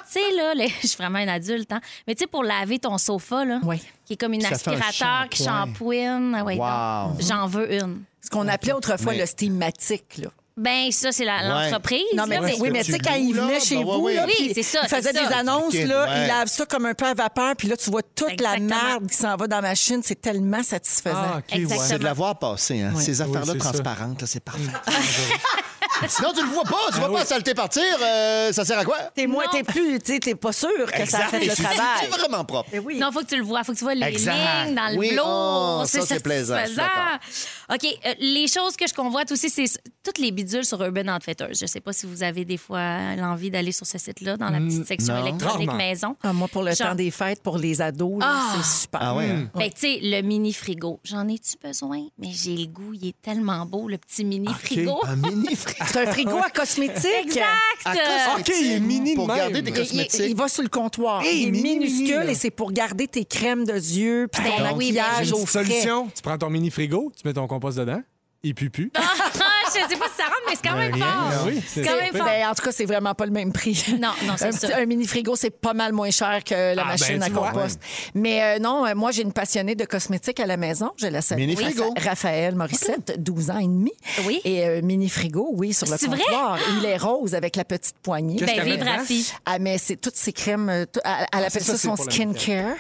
F: sais, là, les- je suis vraiment une adulte, hein? Mais tu sais, pour laver ton sofa, là,
E: Oui.
F: qui est comme une
G: Ça fait un
F: aspirateur qui shampouine. Ah ouais,
G: Wow.
F: donc, J'en veux une.
E: Ce qu'on appelait autrefois
G: Mais-
E: le stématique, là.
F: Ben, ça, c'est la-
G: Ouais.
F: l'entreprise.
E: Non, mais,
F: là,
E: oui, mais tu sais, quand il
G: loues,
E: venait
G: là,
E: chez
G: ben ouais,
E: vous,
G: ouais.
E: là,
F: Oui,
E: puis
F: c'est ça,
E: il
F: c'est
E: faisait
F: ça.
E: des annonces,
G: Liquide,
E: là,
G: ouais.
E: il lave ça comme un peu à vapeur, puis là, tu vois toute
F: Exactement.
E: la merde qui s'en va dans ma chine. C'est tellement satisfaisant.
D: Ah, ok, ouais.
F: Exactement.
G: C'est de la voir passer, hein. ces affaires-là
D: Oui, c'est ça.
G: transparentes, là, c'est parfait. Sinon, tu le vois pas, tu vois
D: Ah
G: pas
D: oui.
G: la saleté partir, euh, ça sert à quoi?
E: T'es moins, t'es plus, tu sais, t'es pas sûr que ça a fait le
G: C'est-
E: travail.
G: C'est vraiment propre.
E: Mais oui.
F: Non, faut que tu le vois, faut que tu vois les
G: Exact.
F: lignes dans le
G: Oui,
F: flow.
G: oh, ça, c'est plaisant, je suis
F: satisfaisant. OK, euh, les choses que je convoite aussi, c'est s- toutes les bidules sur Urban Outfitters. Je sais pas si vous avez des fois l'envie d'aller sur ce site-là, dans la petite section
G: Mm, non.
F: électronique
D: Rarement.
F: maison.
E: Ah, moi, pour le
F: Genre-
E: temps des fêtes, pour les ados, là,
F: Ah.
E: c'est super.
G: Ah ouais, hein?
F: Ben, tu sais, le mini frigo, j'en ai-tu besoin? Mais j'ai le goût, il est tellement beau, le petit mini frigo.
G: Un mini frigo.
E: C'est un frigo à cosmétiques.
G: à
F: Exact!
G: cosmétique
D: Ok, il est mini de
G: Pour
D: même.
G: garder des
D: Il-
E: Il- il-
G: cosmétiques.
E: Il, va sur le comptoir.
D: Hey,
E: il est
D: mini, mini,
E: minuscule
D: là.
E: et c'est pour garder tes crèmes de yeux puis ton
F: Ben oui,
D: J'ai
E: maquillage
D: une
E: au
D: petite
E: frais.
D: solution. Tu prends ton mini frigo, tu mets ton compost dedans, il pue plus.
F: Ah, je sais pas si ça rentre, mais c'est quand
D: Ben,
F: même fort.
D: oui, c'est
F: quand
D: ça.
F: même
D: Ben,
F: fort.
E: Ben, en tout cas, c'est vraiment pas le même prix.
F: Non, non, c'est
E: un,
F: ça.
E: petit- un mini frigo, c'est pas mal moins cher que la
D: Ah,
E: machine
D: ben,
E: à
D: tu vois.
E: compost. Mais euh, non, euh, moi, j'ai une passionnée de cosmétiques à la maison. Je la salue.
G: Mini
E: Rapha-
G: frigo.
E: Raphaël Morissette,
D: Ah.
E: 12 ans et demi.
F: Oui.
E: Et euh, mini frigo, oui, sur le
F: C'est vrai?
E: comptoir. Il est rose avec la petite poignée.
D: Qu'est-ce
F: Ben,
D: qu'il y
F: vive
D: avait
F: Rafi.
E: Ah, mais c'est toutes ses crèmes. euh, tout- elle elle appelle
D: ça,
E: ça,
D: Ah, c'est
E: son
D: pour la
E: skincare.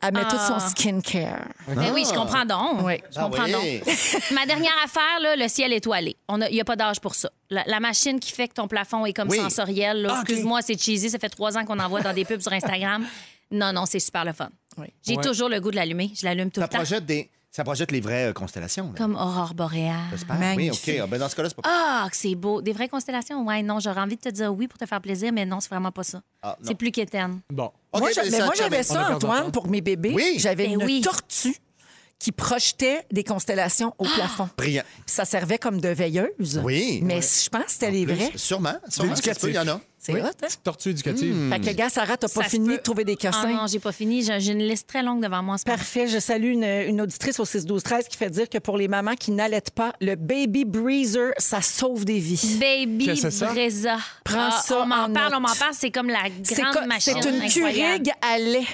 E: elle met tout
F: Ah.
E: son skincare.
F: Ben oui, je comprends donc.
E: Oui.
F: Je comprends
G: Ah oui.
F: donc. Ma dernière affaire, là, le ciel étoilé. Il n'y a, pas d'âge pour ça. La, la machine qui fait que ton plafond est comme
G: Oui.
F: sensoriel. là.
D: Ah, ok.
F: Excuse-moi, c'est cheesy. Ça fait trois ans qu'on en voit dans des pubs sur Instagram. Non, non, c'est super le fun.
E: Oui.
F: J'ai
D: Ouais.
F: toujours le goût de l'allumer. Je l'allume tout
G: Ça
F: le temps.
G: projette, des, ça projette les vraies euh, constellations. là.
F: Comme aurore boréale.
G: J'espère. Oui,
E: Magnifique.
G: OK. Ah, ben dans ce cas-là, c'est pas
F: Ah, que c'est beau. Des vraies constellations? Ouais, non, j'aurais envie de te dire oui pour te faire plaisir, mais non, c'est vraiment pas ça.
G: Ah, non.
F: c'est plus qu'éterne.
D: Bon.
G: OK,
E: moi, j'a-
G: ben,
E: mais
G: ça-
E: moi, j'avais
D: on a
E: ça,
D: perdu
E: Antoine,
D: Antoine.
E: pour mes bébés.
G: Oui.
E: J'avais
F: Ben
E: une
F: oui.
E: tortue qui projetait des constellations au
F: Ah!
E: plafond.
G: Brillant.
E: Puis Ça servait comme de veilleuse.
G: Oui.
E: Mais
G: Ouais.
E: je pense que c'était les vrais.
G: Sûrement. Sûrement. ça se peut, Il y en a.
E: C'est
D: Oui,
E: hot, hein?
D: Petite tortue éducative.
G: Hmm.
E: Fait que, gars, Sarah, t'as pas
F: Ça se
E: fini
F: peut.
E: de trouver des
F: Ah
E: cassins.
F: non, j'ai pas fini. J'ai j'ai une liste très longue devant moi en ce moment.
E: Parfait. Je salue une, une auditrice au 6-12-13 qui fait dire que pour les mamans qui n'allaitent pas, le baby breezer, ça sauve des vies.
F: Baby
D: Qu'est-ce que c'est ça?
F: Brezza.
E: Prends
F: Ah,
E: ça
F: On m'en
E: en
F: parle, on
E: note.
F: m'en parle. C'est comme la
E: C'est
F: grande
E: co-
F: machine.
E: c'est une
F: incroyable.
E: purée à lait de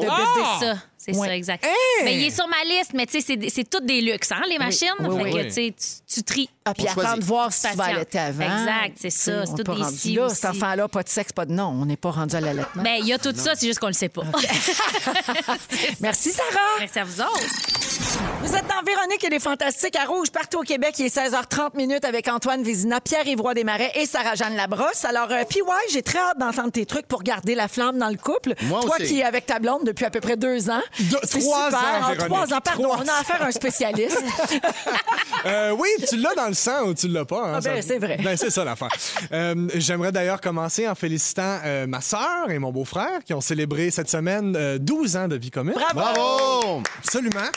F: C'est
E: bébé.
D: Ah!
F: ça. C'est
E: Ouais.
F: ça, exact.
D: Hein?
F: Mais il est sur ma liste, mais tu sais, c'est des- c'est toutes des luxes, hein, les machines.
E: Oui,
F: fait
E: oui.
F: que, tu sais, tu, tu tries.
E: Ah, puis
G: On
E: attendre
G: choisit.
E: voir si tu vas
F: Patient.
E: allaiter avant.
F: Exact, c'est ça. C'est
E: On
F: tout
E: est pas
F: des
E: rendu
F: si
E: là,
F: aussi.
E: cet enfant-là, pas de sexe, pas de nom. On n'est pas rendu à l'allaitement.
F: Ben, il y a
D: Ah,
F: tout ça, c'est juste qu'on le sait pas. C'est ça.
E: Merci, Sarah.
F: Merci à vous autres.
E: Vous êtes dans Véronique et les Fantastiques à Rouge, partout au Québec. Il est 16h30 minutes avec Antoine Vézina, Pierre-Yvroy Desmarais et Sarah-Jeanne Labrosse. Alors, euh, PY, j'ai très hâte d'entendre tes trucs pour garder la flamme dans le couple.
G: Moi
E: Toi
G: aussi.
E: qui es avec ta blonde depuis à peu près deux ans.
D: Deux-
E: C'est
D: trois
E: super.
D: ans,
E: En
D: Véronique.
E: trois ans, pardon.
D: Trois
E: On a affaire à un spécialiste.
D: Euh, oui, tu l'as dans le sang ou tu l'as pas. hein,
E: Ah ben,
D: ça-
E: c'est vrai.
D: Ben, c'est ça l'affaire. Euh, J'aimerais d'ailleurs commencer en félicitant euh, ma sœur et mon beau-frère qui ont célébré cette semaine euh, 12 ans de vie commune.
G: Bravo!
D: Absolument.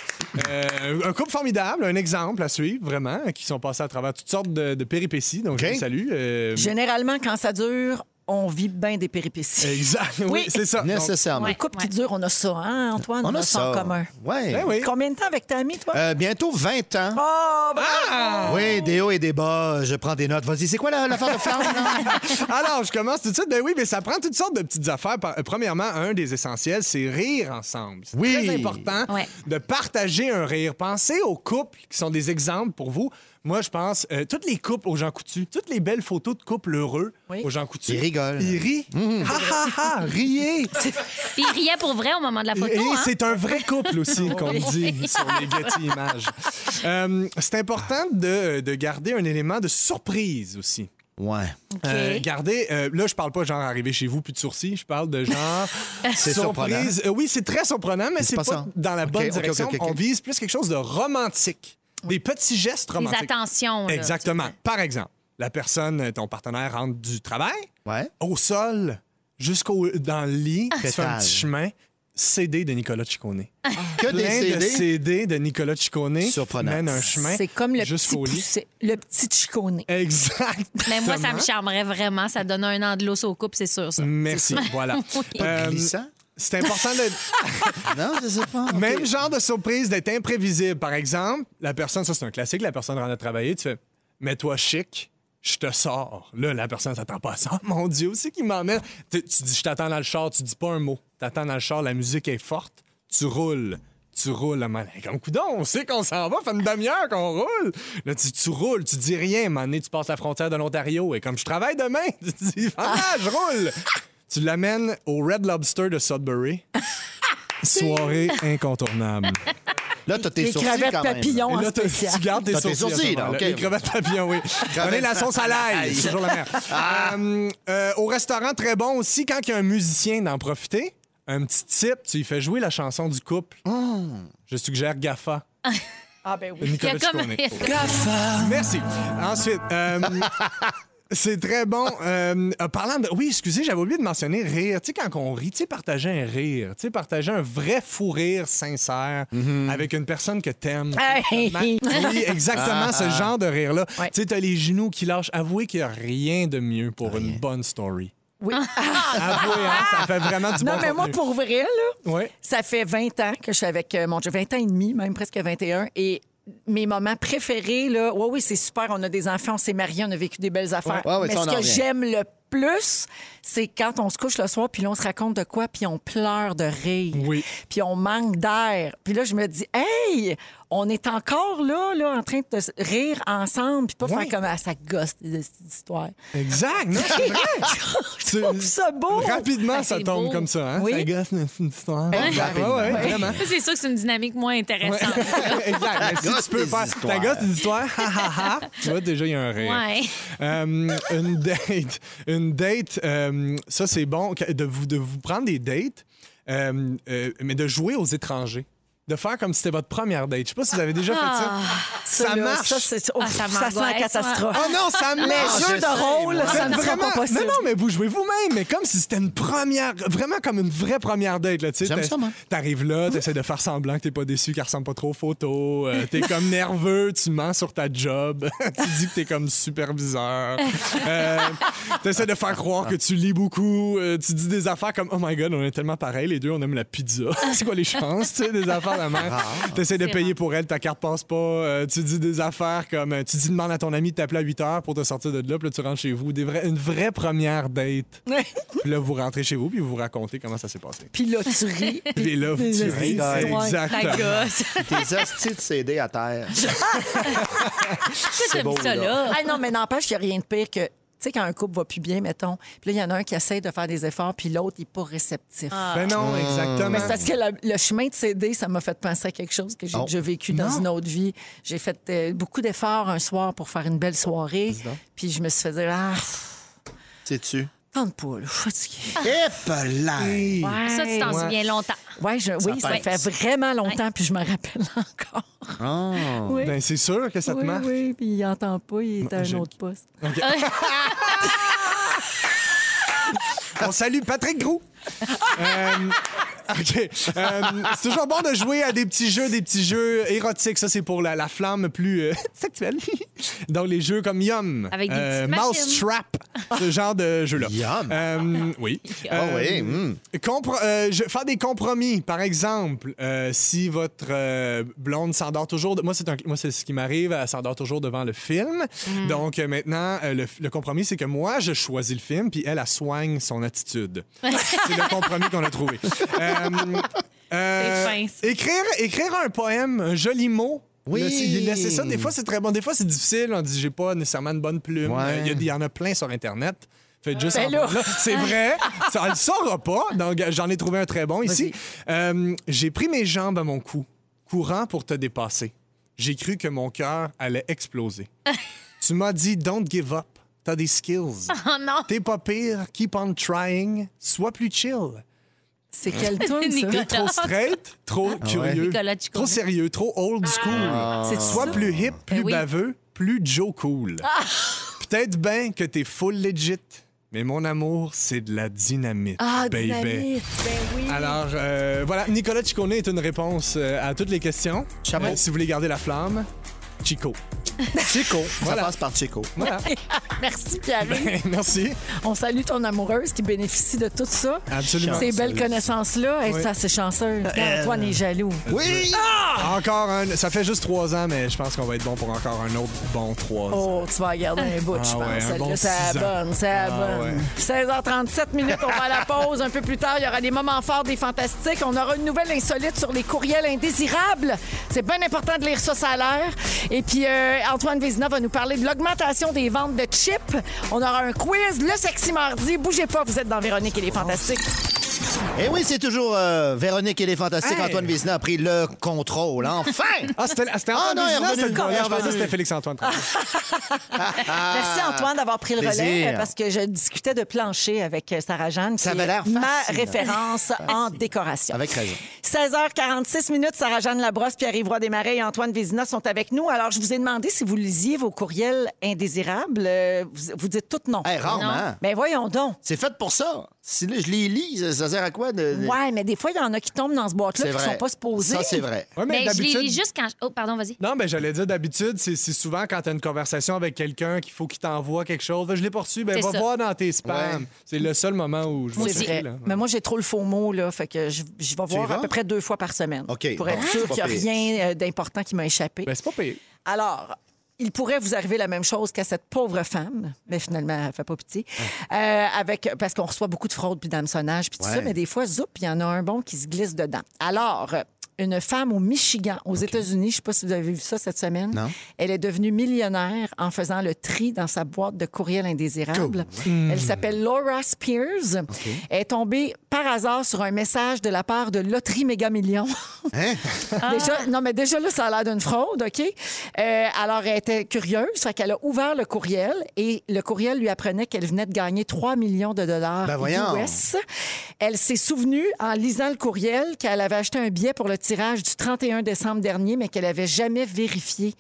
D: Euh, un couple formidable, un exemple à suivre, vraiment, qui sont passés à travers toutes sortes de, de péripéties. Donc, je
G: OK.
D: les salue. euh,
E: Généralement, quand ça dure, on vit bien des péripéties.
D: Exact. Oui,
E: Oui.
D: c'est ça. Donc,
G: Nécessairement.
E: Les couples qui durent, on a ça, hein, Antoine?
G: On a
E: en
G: ça.
E: commun.
G: Ouais.
D: ben oui.
E: Combien de temps avec ta amie, toi?
G: Euh, bientôt 20 ans.
E: Oh,
D: ah!
E: bravo!
G: Oui, des hauts et des bas. Je prends des notes. Vas-y, c'est quoi la- l'affaire de flamme? là?
D: Alors, je commence tout de suite. Ben oui, mais ça prend toutes sortes de petites affaires. Par- euh, Premièrement, un des essentiels, c'est rire ensemble. C'est
G: Oui.
D: très important
F: Ouais.
D: de partager un rire. Pensez aux couples qui sont des exemples pour vous. Moi, je pense, euh, toutes les couples aux gens coutus, toutes les belles photos de couples heureux
E: Oui.
D: aux gens coutus.
G: Ils rigolent. Mmh.
D: Ils rient. Ha,
E: Ah,
D: ha, ha, riez.
F: Puis il riait pour vrai au moment de la photo.
D: Et
F: hein.
D: c'est un vrai couple aussi qu'on me dit sur les Getty Images. Euh, c'est important de, de garder un élément de surprise aussi.
G: ouais.
D: Euh, gardez, euh, là, je parle pas genre arriver chez vous, plus de sourcils. Je parle de genre
G: C'est
D: surprise. Euh, oui, c'est très surprenant, mais
G: c'est
D: c'est pas,
G: pas ça.
D: dans la
G: Ok,
D: bonne
G: ok, ok,
D: direction.
G: ok, ok.
D: On vise plus quelque chose de romantique. Des petits gestes
F: Des
D: romantiques.
F: attentions. là.
D: Exactement. Par exemple, la personne, ton partenaire rentre du travail,
G: Ouais.
D: au sol, jusqu'au dans le lit, tu fais un
G: Pétale.
D: petit chemin. CD de Nicolas Ciccone.
G: Que des
D: Plein de
G: CD.
D: CD de Nicolas Ciccone
G: Surprenant.
D: mène un chemin
E: C'est comme le petit
D: jusqu'au lit.
E: poussé, le petit chiconé.
D: Exact.
F: Mais moi, ça me charmerait vraiment. Ça donne un an de l'os au couple, c'est sûr, ça.
E: Mm.
D: Merci. Voilà. Euh,
G: Glissant?
D: c'est important de.
G: Non, je sais pas.
D: Même genre de surprise d'être imprévisible. Par exemple, la personne, ça c'est un classique, la personne rentre à travailler, tu fais Mets-toi chic, je te sors. Là, la personne s'attend pas à ça. Mon Dieu, aussi qui m'emmène. Tu, tu dis Je t'attends dans le char, tu dis pas un mot. T'attends dans le char, la musique est forte, tu roules. Tu roules, la man. Hey, Comme coudon, on sait qu'on s'en va, fait une demi-heure qu'on roule. Là, tu, tu roules, tu dis rien, man. Tu passes la frontière de l'Ontario et comme je travaille demain, tu dis Ah, je roule. Tu l'amènes au Red Lobster de Sudbury. Soirée incontournable.
G: Là, t'as tes
E: Les
G: sourcils
E: crevettes
G: quand même.
E: papillons
D: Et
E: en
D: là, t'as-
E: spécial.
D: tu gardes tes
G: T'as tes
D: sourcils. à ce
G: sourcils, là,
D: moment-là.
G: OK.
D: Les crevettes papillons, oui. Prenez la sauce à l'ail. C'est toujours la même. Euh, euh, au restaurant, très bon aussi, quand il y a un musicien d'en profiter, un petit type, tu lui fais jouer la chanson du couple. Je suggère Gaffa.
E: Ah, ben
D: de
E: oui.
D: Nicolas
F: Il y a comme-
D: Ciccone. Merci. Ensuite, euh, c'est très bon. Euh, euh, parlant de. Oui, excusez, j'avais oublié de mentionner rire. Tu sais, quand on rit, tu sais, partager un rire. Tu sais, partager un vrai fou rire sincère avec une personne que t'aimes.
F: Ah,
E: Hey!
D: Oui, exactement, ce genre de rire-là.
E: Ouais.
D: Tu sais, t'as les genoux qui lâchent. Avouez qu'il n'y a rien de mieux pour une bonne story.
E: Oui.
D: Avouez, hein, ça fait vraiment du
E: Ah, Non,
D: bon
E: mais moi,
D: contenu.
E: pour vrai, là,
D: Ouais.
E: ça fait 20 ans que je suis avec euh, mon Dieu, 20 ans et demi, même presque 21. Et mes moments préférés, là, oui, oui, c'est super. On a des enfants, on s'est mariés, on a vécu des belles affaires.
G: Ouais, ouais,
E: mais
G: ça, on
E: ce
G: en
E: que
G: revient.
E: j'aime le plus, c'est quand on se couche le soir, puis là, on se raconte de quoi, puis on pleure de rire.
D: Oui.
E: Puis on manque d'air. Puis là, je me dis, hey, on est encore là, là, en train de se rire ensemble, puis pas
D: Ouais.
E: faire comme ah, ça gosse de cette histoire.
D: Exact, non, c'est vrai.
E: Je trouve ça beau. Ah,
D: Rapidement, ça
F: c'est
D: tombe
F: beau.
D: comme ça. Hein?
E: Oui.
D: Ça gosse une histoire.
G: Rapidement.
D: Ouais, ouais, vraiment.
F: Ça, C'est sûr que c'est une dynamique moins intéressante.
D: exact. Mais si
G: gosse
D: tu peux
G: des
D: faire
G: histoires.
D: ta gosse des histoires, ha, ha, ha, tu vois, déjà, il y a un rire.
F: Ouais.
D: Euh, une date, une date euh, ça, c'est bon, que- de vous, de vous prendre des dates, euh, euh, mais de jouer aux étrangers. De faire comme si c'était votre première date. Je sais pas si vous avez déjà fait ça. Ça,
E: là,
D: marche.
E: Ah, Ça, c'est- oh,
F: Ah,
E: ça
F: ça
E: sent la
F: m'angoisse,
E: catastrophe.
D: Oh non, ça marche!
E: Les jeux
G: je
E: de rôle,
D: Vous
E: ça
D: êtes
E: ne sera
D: vraiment-
E: pas
D: Non,
E: possible.
D: non, mais vous jouez vous-même, mais comme si c'était une première, vraiment comme une vraie première date. Là, tu sais,
G: J'aime
D: t'es-
G: ça, moi.
D: T'arrives là, t'essaies de faire semblant que t'es pas déçu, qu'elle ressemble pas trop aux photos. euh, t'es comme nerveux, tu mens sur ta job. tu dis que t'es comme superviseur. Euh, t'essaies de faire croire que tu lis beaucoup. euh, tu dis des affaires comme Oh my god, on est tellement pareil, les deux, on aime la pizza. C'est quoi les chances, tu sais, des affaires rare, la mère. T'essaies de
F: C'est
D: payer
F: rare.
D: pour elle, ta carte passe pas. euh, tu dis des affaires comme. euh, Tu dis demande à ton ami de t'appeler à 8 heures pour te sortir de là, puis là, tu rentres chez vous. Des vrais- une vraie première date. Puis là, vous rentrez chez vous, puis vous vous racontez comment ça s'est passé.
E: Puis là, tu ris.
D: Puis là, tu
E: Les
D: ris.
G: histoires.
F: La
D: Exactement.
F: gosse.
G: Tes hosties de CD à terre.
F: Pourquoi
G: beau,
F: t'aimes ça,
G: là.
F: là?
E: Ah non, mais n'empêche, il n'y a rien de pire que. Tu sais, quand un couple va plus bien, mettons, puis là, il y en a un qui essaie de faire des efforts, puis l'autre, il n'est pas réceptif.
D: Ben non,
E: Ah. Mais
D: exactement.
E: c'est parce que la- le chemin de CD, ça m'a fait penser à quelque chose que j'ai
G: Oh.
E: déjà vécu dans une autre vie. J'ai fait euh, beaucoup d'efforts un soir pour faire une belle soirée, puis je me suis fait dire, ah,
G: Sais-tu?
E: tente pas, là, je suis fatiguée.
G: Épelin!
F: Ça, tu t'en
D: Ouais.
F: souviens longtemps.
E: Ouais, je- oui, ça
F: pèse.
E: fait vraiment longtemps, puis je me rappelle encore.
G: Ah.
E: Oui.
D: Ben, c'est sûr que ça te
E: oui,
D: marque.
E: oui, puis il n'entend pas, il est à un
D: j'ai-
E: autre poste.
D: On salue Patrick Gros. Euh, OK. Euh, c'est toujours bon de jouer à des petits jeux, des petits jeux érotiques. Ça, c'est pour la, la flamme plus euh, sexuelle. Donc, les jeux comme Yum,
F: Avec des
D: euh,
F: petites machines.
D: Mousetrap, ce genre de jeu-là.
G: Yum.
D: Euh, oui.
G: Ah
D: Euh,
G: oui, hum.
D: Compro- euh, je- faire des compromis, par exemple, euh, si votre euh, blonde s'endort toujours. de- moi, c'est un- moi, c'est ce qui m'arrive, elle s'endort toujours devant le film.
E: Hmm.
D: Donc euh, maintenant, euh, le, le compromis, c'est que moi, je choisis le film, puis elle, elle soigne son attitude. c'est le compromis qu'on a trouvé. Euh, euh,
F: T'es pince.
D: écrire, écrire un poème, un joli mot.
G: Oui.
D: Laissez, laissez ça. Des fois, c'est très bon. Des fois, c'est difficile. On dit, j'ai pas nécessairement une bonne plume.
G: Ouais.
D: Euh, Il y a- il y, en a plein sur Internet. Faites juste
E: Ben
D: en-
E: là.
D: Là, c'est vrai, ça le saura pas. Donc, j'en ai trouvé un très bon ici. Euh, j'ai pris mes jambes à mon cou, courant pour te dépasser. J'ai cru que mon cœur allait exploser. tu m'as dit, don't give up. T'as des skills.
F: Oh non!
D: T'es pas pire, keep on trying. Sois plus chill.
E: C'est quel tune, ça?
F: Nicolas.
D: Trop straight, trop
G: Ah
D: curieux,
F: Nicolas Ciccone.
D: trop sérieux, trop old school.
E: C'est
D: Sois
E: ça?
D: plus hip, plus
F: Ben oui. Ah.
D: baveux, plus Joe cool. Peut-être bien que t'es full legit, mais mon amour, c'est de la dynamite,
E: Ah,
D: baby.
E: dynamite.
D: Alors, euh, voilà, Nicolas Ciccone est une réponse euh, à toutes les questions. Euh,
G: Chapeau.
D: si vous voulez garder la flamme, Chico.
G: Chico.
D: Voilà.
G: Ça passe par Chico.
D: Voilà.
E: Merci, pierre
D: Ben. Merci.
E: On salue ton amoureuse qui bénéficie de tout ça.
D: Absolument.
E: Ces belles connaissances-là, elle,
D: Oui.
E: ça, c'est chanceuse. Regarde, Antoine est jaloux.
G: Oui!
E: Ah!
G: Ah.
D: Encore un. Ça fait juste trois ans, mais je pense qu'on va être bon pour encore un autre bon trois ans.
E: Oh, tu vas garder un bout,
D: Ah
E: je pense.
D: ouais, un
E: Celle-là,
D: bon
E: c'est
D: six
E: la
D: ans.
E: bonne, c'est la
D: Ah
E: bonne.
D: ouais.
E: 16h37 minutes, on va à la pause. Un peu plus tard, il y aura les moments forts des fantastiques. On aura une nouvelle insolite sur les courriels indésirables. C'est bien important de lire ça, ça a l'air. Et puis, euh, Antoine Vézina va nous parler de l'augmentation des ventes de chips. On aura un quiz, le sexy mardi. Bougez pas, vous êtes dans Véronique et les fantastiques.
G: Et Eh oui, c'est toujours euh, Véronique et les Fantastiques.
D: Hey.
G: Antoine Vézina a pris le contrôle. Enfin!
D: Ah, c'était c'était
G: Ah
D: Antoine
G: non, il est
D: Vézina,
G: revenu.
D: cette fois-là.
G: Il est
D: Je pensais que
G: revenu.
D: c'était Félix-Antoine. Tremblay.
F: Ah.
E: Ah, Merci
G: Ah!
E: Antoine d'avoir pris le
G: Plaisir.
E: relais euh, parce que je discutais de plancher avec euh, Sarah Jeanne.
G: Ça
E: qui
G: avait
E: est
G: l'air
E: Ma
G: facile.
E: référence en décoration.
G: Avec raison.
E: 16h46 minutes, Sarah Jeanne Labrosse, Pierre-Yves Roy Desmarais et Antoine Vézina sont avec nous. Alors, je vous ai demandé si vous lisiez vos courriels indésirables. Euh, Vous, vous dites toutes non.
G: Hey, Eh, rarement.
E: Mais voyons donc.
G: C'est fait pour ça. Si là, je les lis, ça- ça sert à quoi de. de-
E: Ouais, mais des fois, il y en a qui tombent dans ce boîte-là
G: C'est
E: et qui
G: vrai.
E: sont pas supposés.
G: Ça, c'est vrai.
D: Ouais, mais
F: Ben, je les
D: d'habitude-
F: lis juste quand. je- Oh, pardon, vas-y.
D: Non, ben j'allais dire d'habitude, c'est c'est souvent quand t'as une conversation avec quelqu'un qu'il faut qu'il t'envoie quelque chose. Là, Je l'ai pas reçu, ben
F: C'est
D: va
F: ça.
D: voir dans tes spams.
G: Ouais.
D: C'est le seul moment où je me
E: C'est
D: suis
E: vrai.
D: dit, là.
E: Mais moi, j'ai trop le faux mot, là. Fait que je, je vais voir
G: vas?
E: à peu près deux fois par semaine.
G: OK,
E: Pour
G: bon,
E: être
G: c'est
E: sûr
G: pas
E: qu'il n'y a
G: pire.
E: rien euh, d'important qui m'a échappé.
D: Ben c'est pas payé.
E: Alors, il pourrait vous arriver la même chose qu'à cette pauvre femme, mais finalement, elle fait pas pitié, Euh, avec, parce qu'on reçoit beaucoup de fraudes puis d'hameçonnage puis tout
G: Ouais.
E: ça, mais des fois, zoup, il y en a un bon qui se glisse dedans. Alors, euh, une femme au Michigan, aux États-Unis, je sais pas si vous avez vu ça cette semaine,
G: Non.
E: elle est devenue millionnaire en faisant le tri dans sa boîte de courriel indésirable.
G: Hmm.
E: Elle s'appelle Laura Spears. Elle est tombée par hasard sur un message de la part de Loterie Méga Millions.
G: Hein?
E: Déjà, non, mais déjà là, ça a l'air d'une fraude, OK? Euh, alors, elle était curieuse, fait qu'elle a ouvert le courriel et le courriel lui apprenait qu'elle venait de gagner 3 millions de dollars
G: Ben voyons.
E: US. Elle s'est souvenue, en lisant le courriel, qu'elle avait acheté un billet pour le tirage du 31 décembre dernier, mais qu'elle n'avait jamais vérifié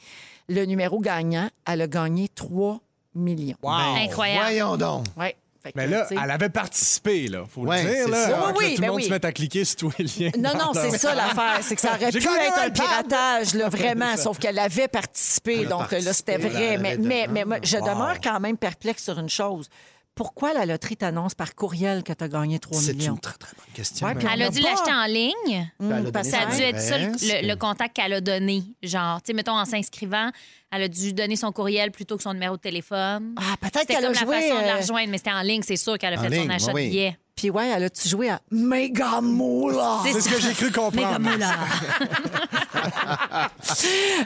E: le numéro gagnant. Elle a gagné 3 millions.
F: Incroyable.
G: Voyons donc.
E: Oh, Ouais. Fait que,
D: Mais là,
E: tu sais-
D: elle avait participé, là. Faut
G: Ouais,
D: le dire,
G: c'est
D: là.
G: ça.
D: avant
E: Oui,
D: que
E: oui,
D: tout
E: ben
D: le monde
E: oui.
D: se mette à cliquer sur tous les liens.
E: Non,
D: Dans
E: non, c'est
D: leur-
E: ça l'affaire. C'est que ça aurait
D: J'ai
E: pu
D: gagné
E: être
D: un
E: un piratage, là, vraiment, sauf qu'elle avait participé.
G: a
E: donc là, c'était
G: participé,
E: vrai.
G: elle
E: Mais,
G: avait
E: mais,
G: dedans.
E: mais moi, je
G: Wow.
E: demeure quand même perplexe sur une chose. pourquoi la loterie t'annonce par courriel que tu as gagné 3
G: C'est
E: millions?
G: une très, très bonne question.
E: Ouais,
G: mais-
E: puis on
F: Elle a dû
E: pas.
F: l'acheter en ligne.
E: Hum,
G: Ben, elle a
E: parce
G: donné
F: Ça
E: que-
F: a dû être ça, le,
G: Reste.
F: le- le contact qu'elle a donné. Genre, tu sais, mettons, en s'inscrivant, elle a dû donner son courriel plutôt que son numéro de téléphone.
E: Ah, peut-être
F: C'était
E: qu'elle
F: comme
E: a
F: la
E: joué.
F: façon de la
E: euh,
F: rejoindre, mais c'était en ligne, c'est sûr qu'elle a
G: En
F: fait
G: ligne,
F: son achat
G: oui.
F: de billets.
E: Puis ouais, elle a-tu joué à Méga
G: Oh
E: Moula?
D: C'est ce que j'ai cru comprendre.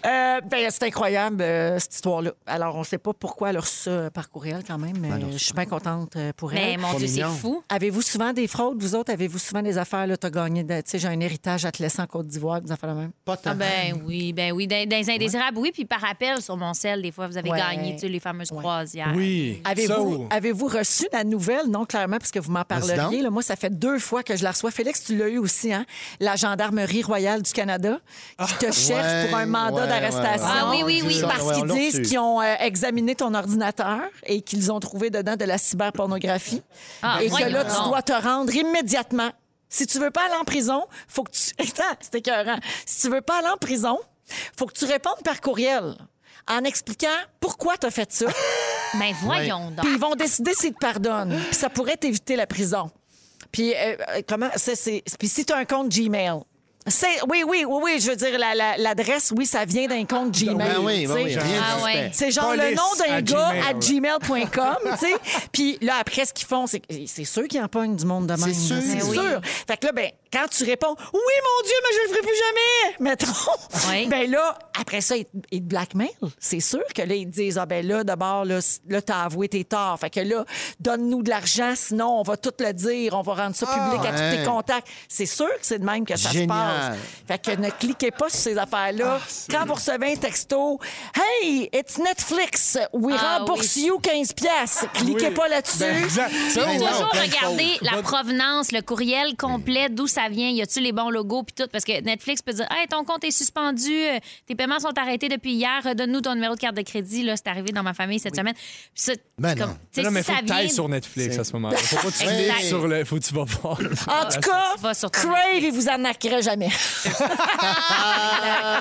E: Euh, ben, c'est incroyable, euh, cette histoire-là. Alors, on ne sait pas pourquoi elle a reçu ça par courriel quand même,
G: Ben
E: mais je suis bien contente euh, pour elle.
F: Mais Ben, mon
G: Pas
F: Dieu, c'est
G: mignon.
F: fou.
E: Avez-vous souvent des fraudes, vous autres? Avez-vous souvent des affaires, là, t'as gagné, de- tu sais, j'ai un héritage à te laisser en Côte d'Ivoire, des affaires la même?
G: Pas tant.
F: Ah ben oui, ben oui. Dans, dans les indésirables, oui. Puis par appel sur mon sel, des fois, vous avez
E: Ouais.
F: gagné tu sais, les fameuses croisières.
D: Oui. Ça
E: Avez-vous
D: ou-
E: avez reçu la nouvelle? Non, clairement, parce que vous m'en parleriez.
G: donc.
E: là. moi, ça fait deux fois que je la reçois. Félix, tu l'as eu aussi, hein? La Gendarmerie royale du Canada qui te cherche pour un mandat
G: Ah, ouais, ouais,
E: d'arrestation.
G: ouais,
F: Ah oui, oui, oui,
G: ouais,
E: Parce
G: on
E: qu'ils
G: l'a
E: disent
G: reçu.
E: qu'ils ont euh, examiné ton ordinateur et qu'ils ont trouvé dedans de la cyberpornographie.
F: Ah,
E: et que
F: voyons
E: là, tu
F: donc.
E: dois te rendre immédiatement. Si tu veux pas aller en prison, faut que tu. Attends, c'est écœurant. Si tu veux pas aller en prison, faut que tu répondes par courriel en expliquant pourquoi tu as fait ça.
F: Mais Ben voyons donc.
E: Puis ils vont décider s'ils te pardonnent. Puis ça pourrait t'éviter la prison. Puis euh, euh, comment ça c'est puis si tu as un compte Gmail. C'est oui oui oui oui, je veux dire la- la- l'adresse oui, ça vient d'un compte Gmail.
G: Ben oui, ben
E: tu sais.
G: oui, rien
F: Ah
G: de
F: ouais.
G: suspect.
E: C'est genre le
D: Police
E: nom d'un
D: à
E: gars
D: Gmail.
E: à gmail.com, tu sais. Puis là, après, ce qu'ils font, c'est que- c'est ceux qui empognent du monde de même. là.
G: sûr.
E: C'est
G: Ben
F: oui.
E: sûr. Fait que là, ben, quand tu réponds « Oui, mon Dieu, mais je le ferai plus jamais! » Mettons.
F: Oui.
E: Ben là, après ça, ils te, ils te blackmailent. C'est sûr que là, ils te disent « Ah ben là, d'abord, là, c- là t'as avoué tes torts. Fait que là, donne-nous de l'argent, sinon on va tout le dire, on va rendre ça
D: Ah,
E: public à tous
G: ouais.
E: tes contacts. » C'est sûr que c'est de même que ça se
G: Génial.
E: passe. Fait que ne cliquez pas sur ces affaires-là.
D: Ah,
E: Quand vous recevez un texto, Hey, it's Netflix. We
F: Ah
E: rembourse
F: oui.
E: you 15 pièces. Cliquez
D: Oui.
E: pas là-dessus.
D: Ben, exact. Ça ou-
G: non,
F: Toujours
G: plein de
F: regarder la provenance, le courriel complet, d'où ça vient, y a-tu les bons logos puis tout parce que Netflix peut dire "Hey, ton compte est suspendu, euh, tes paiements sont arrêtés depuis hier, redonne-nous ton numéro de carte de crédit là, c'est arrivé dans ma famille cette semaine." Puis ça,
G: Ben
F: comme-
G: non.
F: tu sais,
D: Non, mais
F: si
D: faut
F: ça
D: que t'ailles
F: vient-
D: sur Netflix à ce moment-là. Faut pas que tu
F: Exact.
D: cliques sur le. Faut que tu vas voir.
E: En tout cas,
F: Va sur ton
E: Crave, il vous arnaquerait jamais.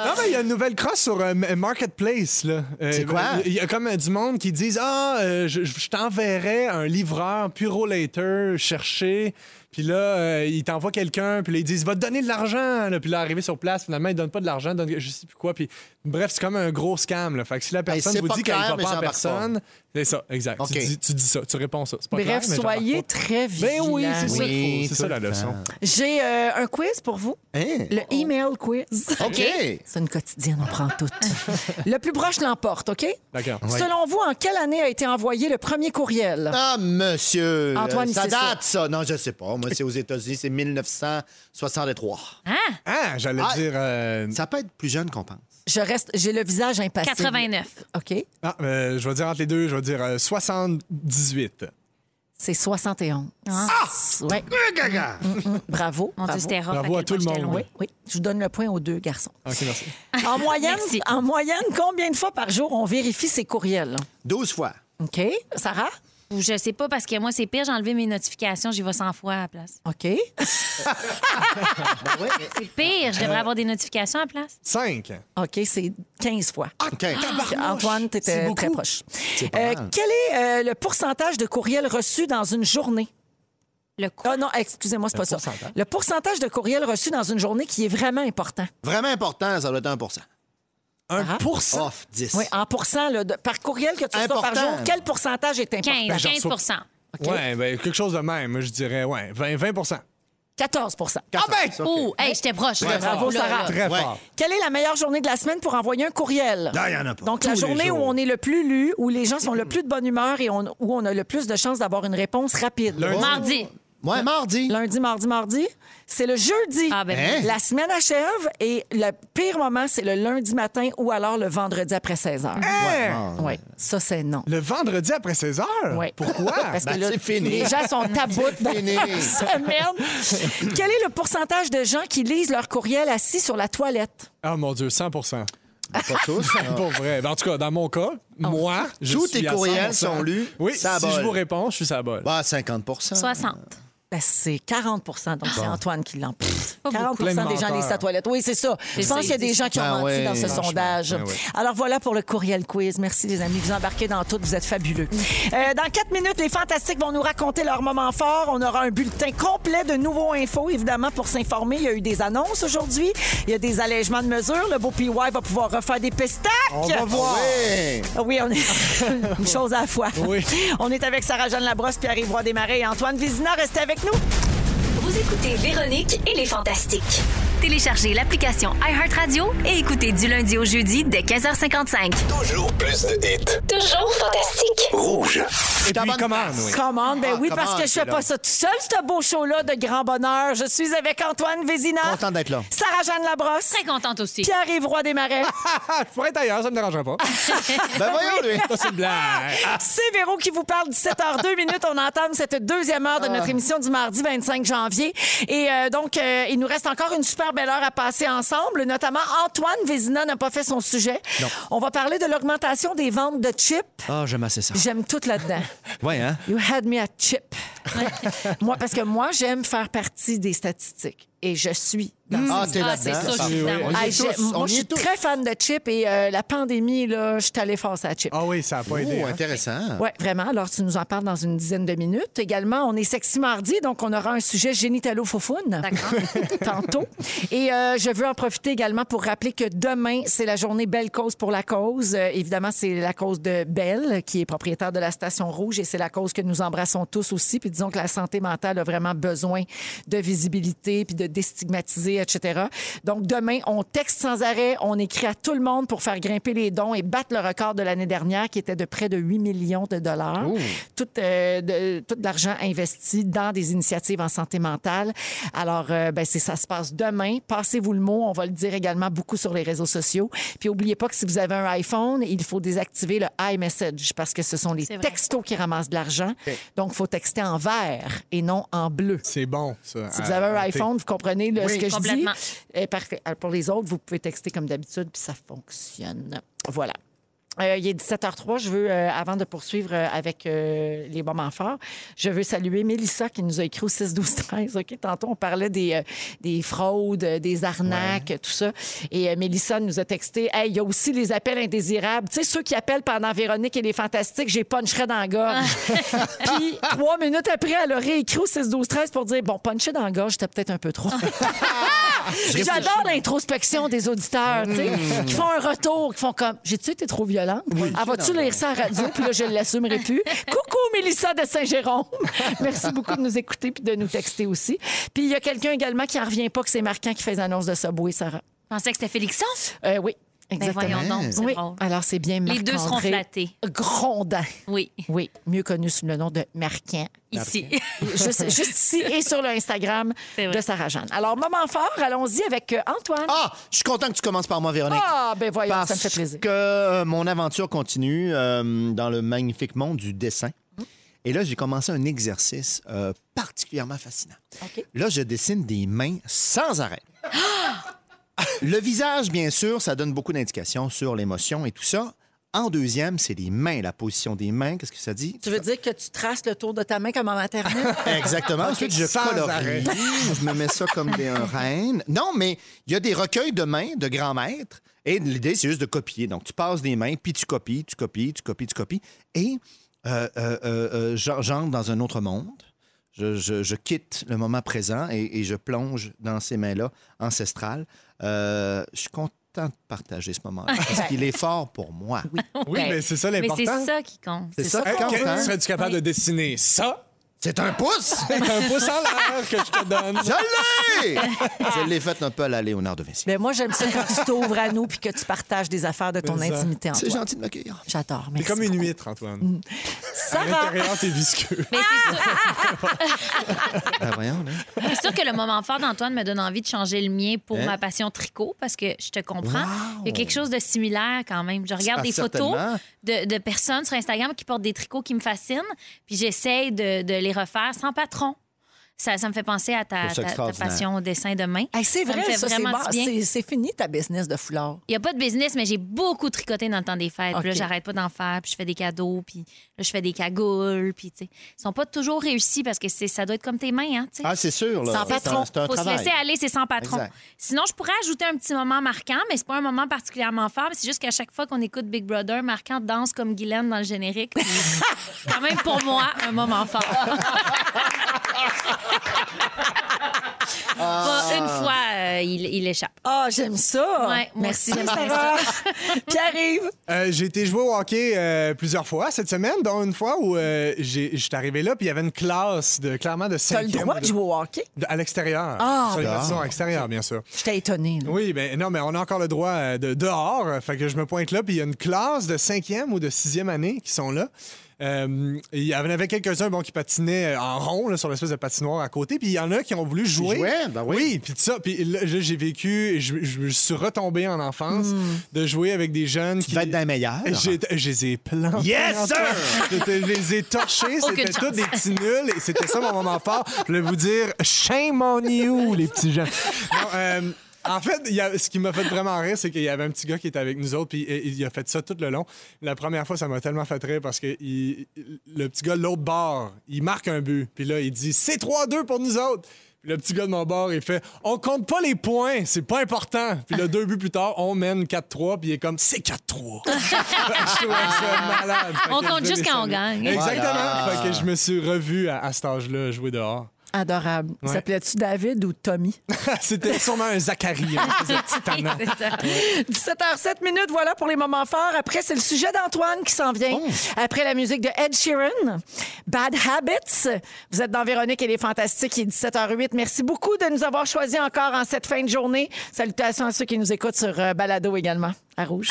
D: Non, mais il y a une nouvelle crosse sur euh, M- Marketplace. là. Euh,
G: Ah. C'est quoi?
D: Il y a comme euh, du monde qui disent Ah, euh, je, je- je t'enverrai un livreur Puro Later chercher. Puis là, euh, il t'envoie quelqu'un, puis là, ils disent Va te donner de l'argent. là. Puis là, arrivé sur place, finalement, il donne pas de l'argent, donne je sais plus quoi. Puis bref, c'est comme un gros scam. Là. Fait que si la personne
G: c'est
D: vous
G: Ben, pas
D: dit
G: clair,
D: qu'elle va pas
G: mais
D: en
G: j'embarque pas.
D: personne, c'est ça, exact.
G: OK.
D: Tu, dis, tu dis ça, tu réponds ça. C'est pas clair,
E: Bref,
D: mais j'embarque
E: soyez
D: pas. Ben
E: très vigilants.
D: oui, c'est ça,
G: Oui,
D: qu'il faut. C'est ça
G: tout
D: la
G: le
D: leçon.
G: temps.
E: J'ai euh, un quiz pour vous.
G: Hein?
E: Le email quiz.
G: OK.
E: C'est une quotidienne, on prend toutes. le plus proche l'emporte, OK?
D: D'accord.
E: Selon vous, en quelle année a été envoyé le premier courriel?
G: Ah, monsieur!
E: Antoine,
G: euh, ça
E: c'est ça.
G: date, ça. Non, je sais pas. Moi, c'est aux États-Unis, c'est 1963.
F: Hein?
D: Ah, j'allais
G: Ah.
D: dire. euh,
G: Ça peut être plus jeune qu'on pense.
E: Je reste, j'ai le visage impassible.
F: 89.
E: OK.
D: Ah, euh, je vais dire entre les deux, je vais dire euh, 78.
E: Oh, C'est 71. Ah! Ouais. Mm, mm, Bravo.
F: Mon Dieu,
E: bravo.
F: c'était rough.
D: Bravo à
F: quel
D: tout
F: point
D: le
F: j'étais
D: monde.
F: loin.
E: Oui, oui. Je vous donne le point aux deux garçons.
D: OK, merci.
E: En moyenne,
F: Merci.
E: en moyenne, combien de fois par jour on vérifie ses courriels?
G: 12 fois.
E: OK. Sarah?
F: Ou je sais pas, parce que moi, c'est pire, j'ai enlevé mes notifications, j'y vais 100 fois à la place.
E: OK.
F: Pire, je devrais avoir des notifications à la place.
D: 5.
E: OK, c'est 15 fois.
G: OK.
E: Antoine, tu
D: c'est
E: étais
D: beaucoup.
E: très proche.
G: pas
E: Euh,
G: mal.
E: quel est euh, le pourcentage de courriels reçus dans une journée?
F: Le
E: Ah
F: quoi?
E: non, excusez-moi, c'est pas ça.
D: pourcentage.
E: Le pourcentage de courriels reçus dans une journée qui est vraiment important.
G: Vraiment important, ça doit être 1
E: Sarah?
D: 1 pourcent.
G: Off, 10.
E: Oui, en pourcent, là, de- par courriel que tu reçois par
G: Important.
E: jour, quel pourcentage est important?
F: 15,
D: Ben, j'en
F: 15
E: Ah,
D: Ouais, ben, quelque chose de même. Je dirais, ouais, 20, 20
E: 14
D: Ah ben!
F: Oh, hey, j'étais proche. là.
E: Bravo,
F: Là,
E: Sarah.
F: là.
D: Très
G: Ouais.
D: fort.
E: Quelle est la meilleure journée de la semaine pour envoyer un courriel?
G: Là, il Ah, y en a pas.
E: Donc, la
G: Tous les
E: journée où
G: jours.
E: on est le plus lu, où les gens sont le plus de bonne humeur et on- où on a le plus de chances d'avoir une réponse rapide.
D: Lundi.
F: Mardi.
G: Ouais, mardi.
E: Lundi, mardi, mardi. C'est le jeudi.
F: Ah ben,
G: Hein?
E: La semaine achève et le pire moment, c'est le lundi matin ou alors le vendredi après 16 heures.
D: Hein?
E: Oui, ça, c'est non.
D: Le vendredi après 16 heures?
E: Ouais.
D: Pourquoi?
E: Parce que
G: Ben,
E: là,
G: c'est fini.
E: les gens sont à bout dans
G: fini.
E: la semaine. Quel est le pourcentage de gens qui lisent leur courriel assis sur la toilette?
D: Ah, mon Dieu, 100
G: Pas tous. hein.
D: Pour vrai. Ben, en tout cas, dans mon
E: Ah
D: cas, moi, je
G: Tous
D: suis
G: tes
D: à
G: courriels
D: 100%.
G: sont lus,
D: Oui,
G: ça
D: si
G: abole.
D: je vous réponds, je suis sabol.
G: Bah, 50
F: 60.
E: Ben, c'est 40 donc c'est Antoine qui l'emporte.
F: Pas
E: 40
D: beaucoup. Plein de
E: des gens lisent
D: menteurs.
E: sa toilette. Oui, c'est ça. Je pense qu'il y a des gens qui ont
G: Ben
E: menti
G: ouais,
E: dans ce
G: franchement,
E: sondage.
G: ben ouais.
E: Alors voilà pour le courriel quiz. Merci les amis, vous embarquez dans tout, vous êtes fabuleux. Euh, dans quatre minutes, les fantastiques vont nous raconter leurs moments forts. On aura un bulletin complet de nouveaux infos, évidemment, pour s'informer. Il y a eu des annonces aujourd'hui. Il y a des allègements de mesures. Le beau PY va pouvoir refaire des pestacs.
D: On va voir.
G: Hey!
E: Ah Oui, on est une chose à la fois.
D: Oui.
E: On est avec Sarah-Jeanne Labrosse, Pierre-Yves Desmarais et Antoine Vézina. Restez avec nous.
B: Vous écoutez Véronique et les Fantastiques.
A: Téléchargez l'application iHeartRadio et écoutez du lundi au jeudi dès 15h55.
C: Toujours plus de hits.
B: Toujours fantastique.
C: Rouge.
D: Et puis,
G: bonne
D: commande,
G: place.
D: oui.
E: Commande, ben
G: Ah,
E: oui,
G: come
E: parce
G: on,
E: que je fais
G: c'est
E: pas
G: là.
E: ça tout seul, ce beau show-là de grand bonheur. Je suis avec Antoine Vézina.
G: Content d'être là.
E: Sarah-Jeanne Labrosse.
F: Très contente aussi.
E: Pierre-Yves Desmarais.
D: Ah, je pourrais être ailleurs, ça me dérangerait pas.
G: Ben voyons, lui.
D: Ça, c'est une blague.
E: C'est Véro qui vous parle 17h02 minutes. On entame cette deuxième heure de
G: Ah.
E: notre émission du mardi 25 janvier. Et euh, donc, euh, il nous reste encore une super belle heure à passer ensemble. Notamment, Antoine Vézina n'a pas fait son sujet. On va parler de l'augmentation des ventes de chips.
G: Ah, j'aime assez ça.
E: J'aime tout là-dedans.
G: Ouais, hein?
E: You had me at chip. moi, parce que moi, j'aime faire partie des statistiques. Et je suis dans
G: Ah, t'es
F: Ah, c'est
G: là-dedans.
F: ça, je suis
G: Oui, oui.
F: dans-
G: On y
E: Ah,
G: est
E: j'ai-
G: tous,
E: moi,
G: on
E: je
G: y est
E: suis
G: tous.
E: très fan de chip et euh, la pandémie, là, je suis allée face à la chip.
D: Ah oui, ça n'a pas aidé.
G: Oh,
D: hein.
G: intéressant.
E: Oui, vraiment. Alors, tu nous en parles dans une dizaine de minutes. Également, on est sexy mardi, donc on aura un sujet génitalo foufoune
F: D'accord.
E: tantôt. Et euh, je veux en profiter également pour rappeler que demain, c'est la journée Belle Cause pour la cause. Euh, évidemment, c'est la cause de Belle, qui est propriétaire de la Station Rouge, et c'est la cause que nous embrassons tous aussi. Puis disons que la santé mentale a vraiment besoin de visibilité, puis de déstigmatiser, etc. Donc, demain, on texte sans arrêt, on écrit à tout le monde pour faire grimper les dons et battre le record de l'année dernière, qui était de près de 8 millions de dollars. Tout, euh, de, tout de l'argent investi dans des initiatives en santé mentale. Alors, euh, ben, c'est ça se passe demain. Passez-vous le mot. On va le dire également beaucoup sur les réseaux sociaux. Puis, oubliez pas que si vous avez un iPhone, il faut désactiver le iMessage parce que ce sont les
F: C'est vrai.
E: textos qui ramassent de l'argent. Donc, faut texter en vert et non en bleu.
D: C'est bon, ça.
E: Si vous avez un iPhone, vous comprenez là, ce que je dis.
F: complètement.
E: Eh, parfait. Alors, pour les autres, vous pouvez texter comme d'habitude, puis ça fonctionne. Voilà. Euh, il est 17h03. Je veux, euh, avant de poursuivre euh, avec euh, les moments forts, je veux saluer Mélissa qui nous a écrit au 6 12 13 OK, Tantôt, on parlait des, euh, des fraudes, euh, des arnaques, tout ça. Et euh, Mélissa nous a texté Hey, il y a aussi les appels indésirables. Tu sais, ceux qui appellent pendant Véronique et les Fantastiques, j'ai puncherai dans la gorge. Puis, trois minutes après, elle a réécrit au 6 12 13 pour dire Bon, puncher dans la gorge, c'était peut-être un peu trop. J'adore l'introspection des auditeurs, tu sais, qui font un retour, qui font comme J'ai-tu été trop violente? Ah, vas-tu lire ça à la radio? Puis là, je l'assumerai plus. Coucou, Mélissa de Saint-Jérôme. Merci beaucoup de nous écouter puis de nous texter aussi. Puis il y a quelqu'un également qui n'en revient pas que c'est marquant qui fait une annonce de Subway, Sarah.
F: Je pensais que c'était Félixon.
E: Euh, oui,
F: Ben
E: exactement.
F: voyons donc, c'est
E: oui,
F: drôle.
E: alors c'est bien
F: Les deux seront
E: Marc-André
F: flattés.
E: Grondin.
F: Oui,
E: Oui, mieux connu sous le nom de Marquant.
F: ici.
E: Juste, juste ici et sur le Instagram
F: C'est vrai.
E: de Sarah Jeanne. Alors, moment fort, allons-y avec euh, Antoine.
G: Ah, je suis content que tu commences par moi, Véronique.
E: Ah, ben voyons,
G: Parce
E: ça me fait plaisir.
G: que euh, mon aventure continue euh, dans le magnifique monde du dessin. Et là, j'ai commencé un exercice euh, particulièrement fascinant.
E: OK.
G: Là, je dessine des mains sans arrêt. le visage, bien sûr, ça donne beaucoup d'indications sur l'émotion et tout ça. En deuxième, c'est les mains, la position des mains. Qu'est-ce que ça dit?
E: Tu veux dire que tu traces le tour de ta main comme en maternelle?
G: Exactement. Ensuite, je
D: Sans arrêt.
G: colorie. je me mets ça comme des, un reine. Non, mais il y a des recueils de mains de grands maîtres. Et l'idée, c'est juste de copier. Donc, tu passes des mains, puis tu copies, tu copies, tu copies, tu copies. Et euh, euh, euh, euh, j'en- j'entre dans un autre monde. Je, je- je quitte le moment présent et, et je plonge dans ces mains-là ancestrales. Euh, je suis content de partager ce moment parce qu'il est fort pour moi.
D: Oui,
E: ben,
D: mais c'est ça
F: Ben, Mais c'est
D: l'important.
F: ça qui compte.
G: C'est ça,
D: Hey,
G: qu'on
D: que-
G: compte, hein?
D: Serais-tu capable de dessiner ça?
G: C'est un pouce!
D: C'est un pouce en l'air que je te donne.
G: Je l'ai! je l'ai fait un peu à la Léonard de Vinci.
E: Mais moi, j'aime ça quand tu t'ouvres à nous puis que tu partages des affaires de ton
D: Mais ça,
E: intimité en
G: C'est
E: toi.
G: gentil de m'accueillir.
E: J'adore.
D: T'es
E: merci
D: comme une
E: beaucoup.
D: huître,
E: Mm.
D: Antoine. À
E: Sarah,
D: l'intérieur, t'es visqueux.
G: Ben voyons, là.
F: C'est sûr que le moment fort d'Antoine me donne envie de changer le mien pour
G: Hein?
F: ma passion tricot parce que je te comprends.
G: Wow!
F: Il y a quelque chose de similaire quand même. Je regarde
G: Ah,
F: des photos
G: certainement.
F: de, de personnes sur Instagram qui portent des tricots qui me fascinent, puis j'essaye de, de les refaire sans patron. Ça, ça me fait penser à ta,
G: Je trouve ça
F: ta- ta
G: extraordinaire.
F: passion au dessin de main.
E: Hey, c'est
F: Ça me
E: vrai,
F: fait
E: ça, c'est
F: vraiment
E: bon.
F: du bien.
E: C'est c'est fini ta business de foulard.
F: Il n'y a pas de business, mais j'ai beaucoup tricoté dans le temps des fêtes. Puis là,
E: OK.
F: j'arrête pas d'en faire. Puis je fais des cadeaux. Puis là, je fais des cagoules. Puis, tu sais, ils sont pas toujours réussis parce que c'est- ça doit être comme tes mains, hein, tu sais.
G: Ah, c'est sûr. Là.
F: Sans
G: C'est un-
F: patron.
G: C'est un
F: Faut
G: travail.
F: se laisser aller, c'est sans patron.
G: Exact.
F: Sinon, je pourrais ajouter un petit moment marquant, mais c'est pas un moment particulièrement fort. mais C'est juste qu'à chaque fois qu'on écoute Big Brother, marquant danse comme Guylaine dans le générique. Puis, quand même, pour moi, un moment fort. Pas une fois, euh, il, il échappe.
E: Ah, j'aime ça.
F: Ouais, moi
E: Merci,
F: aussi, j'aime bien
E: Sarah. Pierre-Yves.
D: Euh, j'ai été jouer au hockey euh, plusieurs fois cette semaine, dont une fois où euh, j'ai- j'étais arrivé là, puis il y avait une classe de clairement de
E: T'as le
D: cinquième.
E: droit de jouer au hockey?
D: de- à l'extérieur.
E: Ah.
D: sur les partisans extérieurs, bien sûr.
E: J'étais étonnée. là.
D: Oui, ben non, mais on a encore le droit euh, de dehors. euh, Fait que je me pointe là, puis il y a une classe de cinquième ou de sixième année qui sont là. Euh, Il y en avait quelques-uns bon, qui patinaient euh, en rond là, sur l'espèce de patinoire à côté, puis il y en a qui ont voulu jouer.
G: jouaient, ben oui.
D: puis tout ça. Puis là, j'ai j'ai vécu, je, je me suis retombé en enfance de jouer avec des jeunes
G: Hmm. Tu
D: qui.
G: vas être dans les meilleurs.
D: J'ai- Je les ai plantés.
G: Yes, sir!
D: J'étais- Je les ai torchés. C'était tous des petits nuls. Et c'était ça mon moment fort. Je voulais vous dire, shame on you, les petits gens. Non, euh, en fait, il y a- ce qui m'a fait vraiment rire, c'est qu'il y avait un petit gars qui était avec nous autres, puis euh, il a fait ça tout le long. La première fois, ça m'a tellement fait rire parce que il- le petit gars de l'autre bord, il marque un but, puis là, il dit c'est 3-2 pour nous autres. Puis le petit gars de mon bord, il fait On compte pas les points, c'est pas important. Puis là, deux buts plus tard, on mène 4-3, puis il est comme C'est 4-3. Ah, Je trouvais ça malade. Fait
F: Ah. On
D: que
F: compte
D: je
F: juste
D: les
F: quand on
D: salue.
F: gagne.
D: Exactement.
G: Voilà.
D: Fait que je me suis revu à, à cet âge-là jouer dehors.
E: Adorable.
D: Ouais.
E: S'appelais-tu David ou Tommy?
D: C'était sûrement un Zacharie. hein, ce petit tannant.
E: 17h07 minutes, voilà pour les moments forts. Après, c'est le sujet d'Antoine qui s'en vient. Après la musique de Ed Sheeran, Bad Habits. Vous êtes dans Véronique et les Fantastiques, il est 17h08. Merci beaucoup de nous avoir choisis encore en cette fin de journée. Salutations à ceux qui nous écoutent sur euh, Balado également, à Rouge.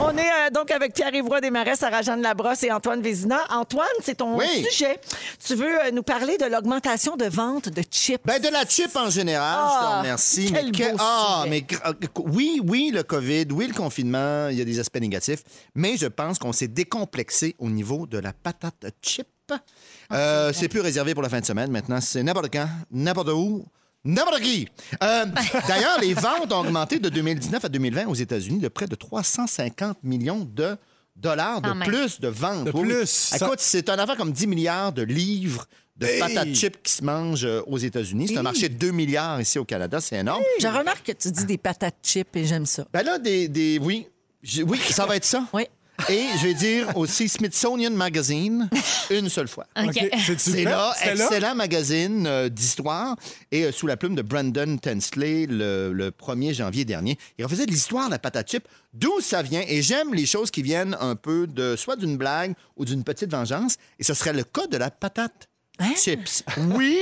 E: On est euh, donc avec Pierre-Yves Roy Desmarais, Sarah-Jeanne Labrosse et Antoine Vézina. Antoine, c'est ton
G: Oui.
E: sujet. Tu veux euh, nous parler de l'augmentation de vente de chips.
G: Ben, de la chip en général, je te
E: Ah,
G: remercie.
E: quel
G: mais
E: beau
G: ah,
E: sujet.
G: mais gra- oui, oui, le COVID, oui, le confinement, il y a des aspects négatifs, mais je pense qu'on s'est décomplexé au niveau de la patate chip.
E: Ah,
G: Euh, c'est plus réservé pour la fin de semaine maintenant, c'est n'importe quand, n'importe où. N'importe qui! Euh, D'ailleurs, les ventes ont augmenté de 2019 à 2020 aux États-Unis de près de 350 millions de dollars de
F: Quand même.
G: plus de ventes.
D: De
G: Oui, oui.
D: plus.
G: Écoute, c'est un affaire comme 10 milliards de livres de
D: Hey!
G: patates chips qui se mangent euh, aux États-Unis. C'est un marché de 2 milliards ici au Canada. C'est énorme.
E: Je remarque que tu dis des patates chips et j'aime ça.
G: Ben là, des. des- oui, J'ai- oui, ça va être ça.
E: Oui.
G: Et je vais dire aussi Smithsonian Magazine une seule fois.
D: Ok, c'est-tu
G: C'est
D: fait?
G: là,
D: C'était
G: excellent magazine euh, d'histoire et euh, sous la plume de Brandon Tensley le, le 1er janvier dernier. Il refaisait de l'histoire de la patate chip, d'où ça vient et j'aime les choses qui viennent un peu de soit d'une blague ou d'une petite vengeance et ce serait le cas de la patate. Chips. Oui!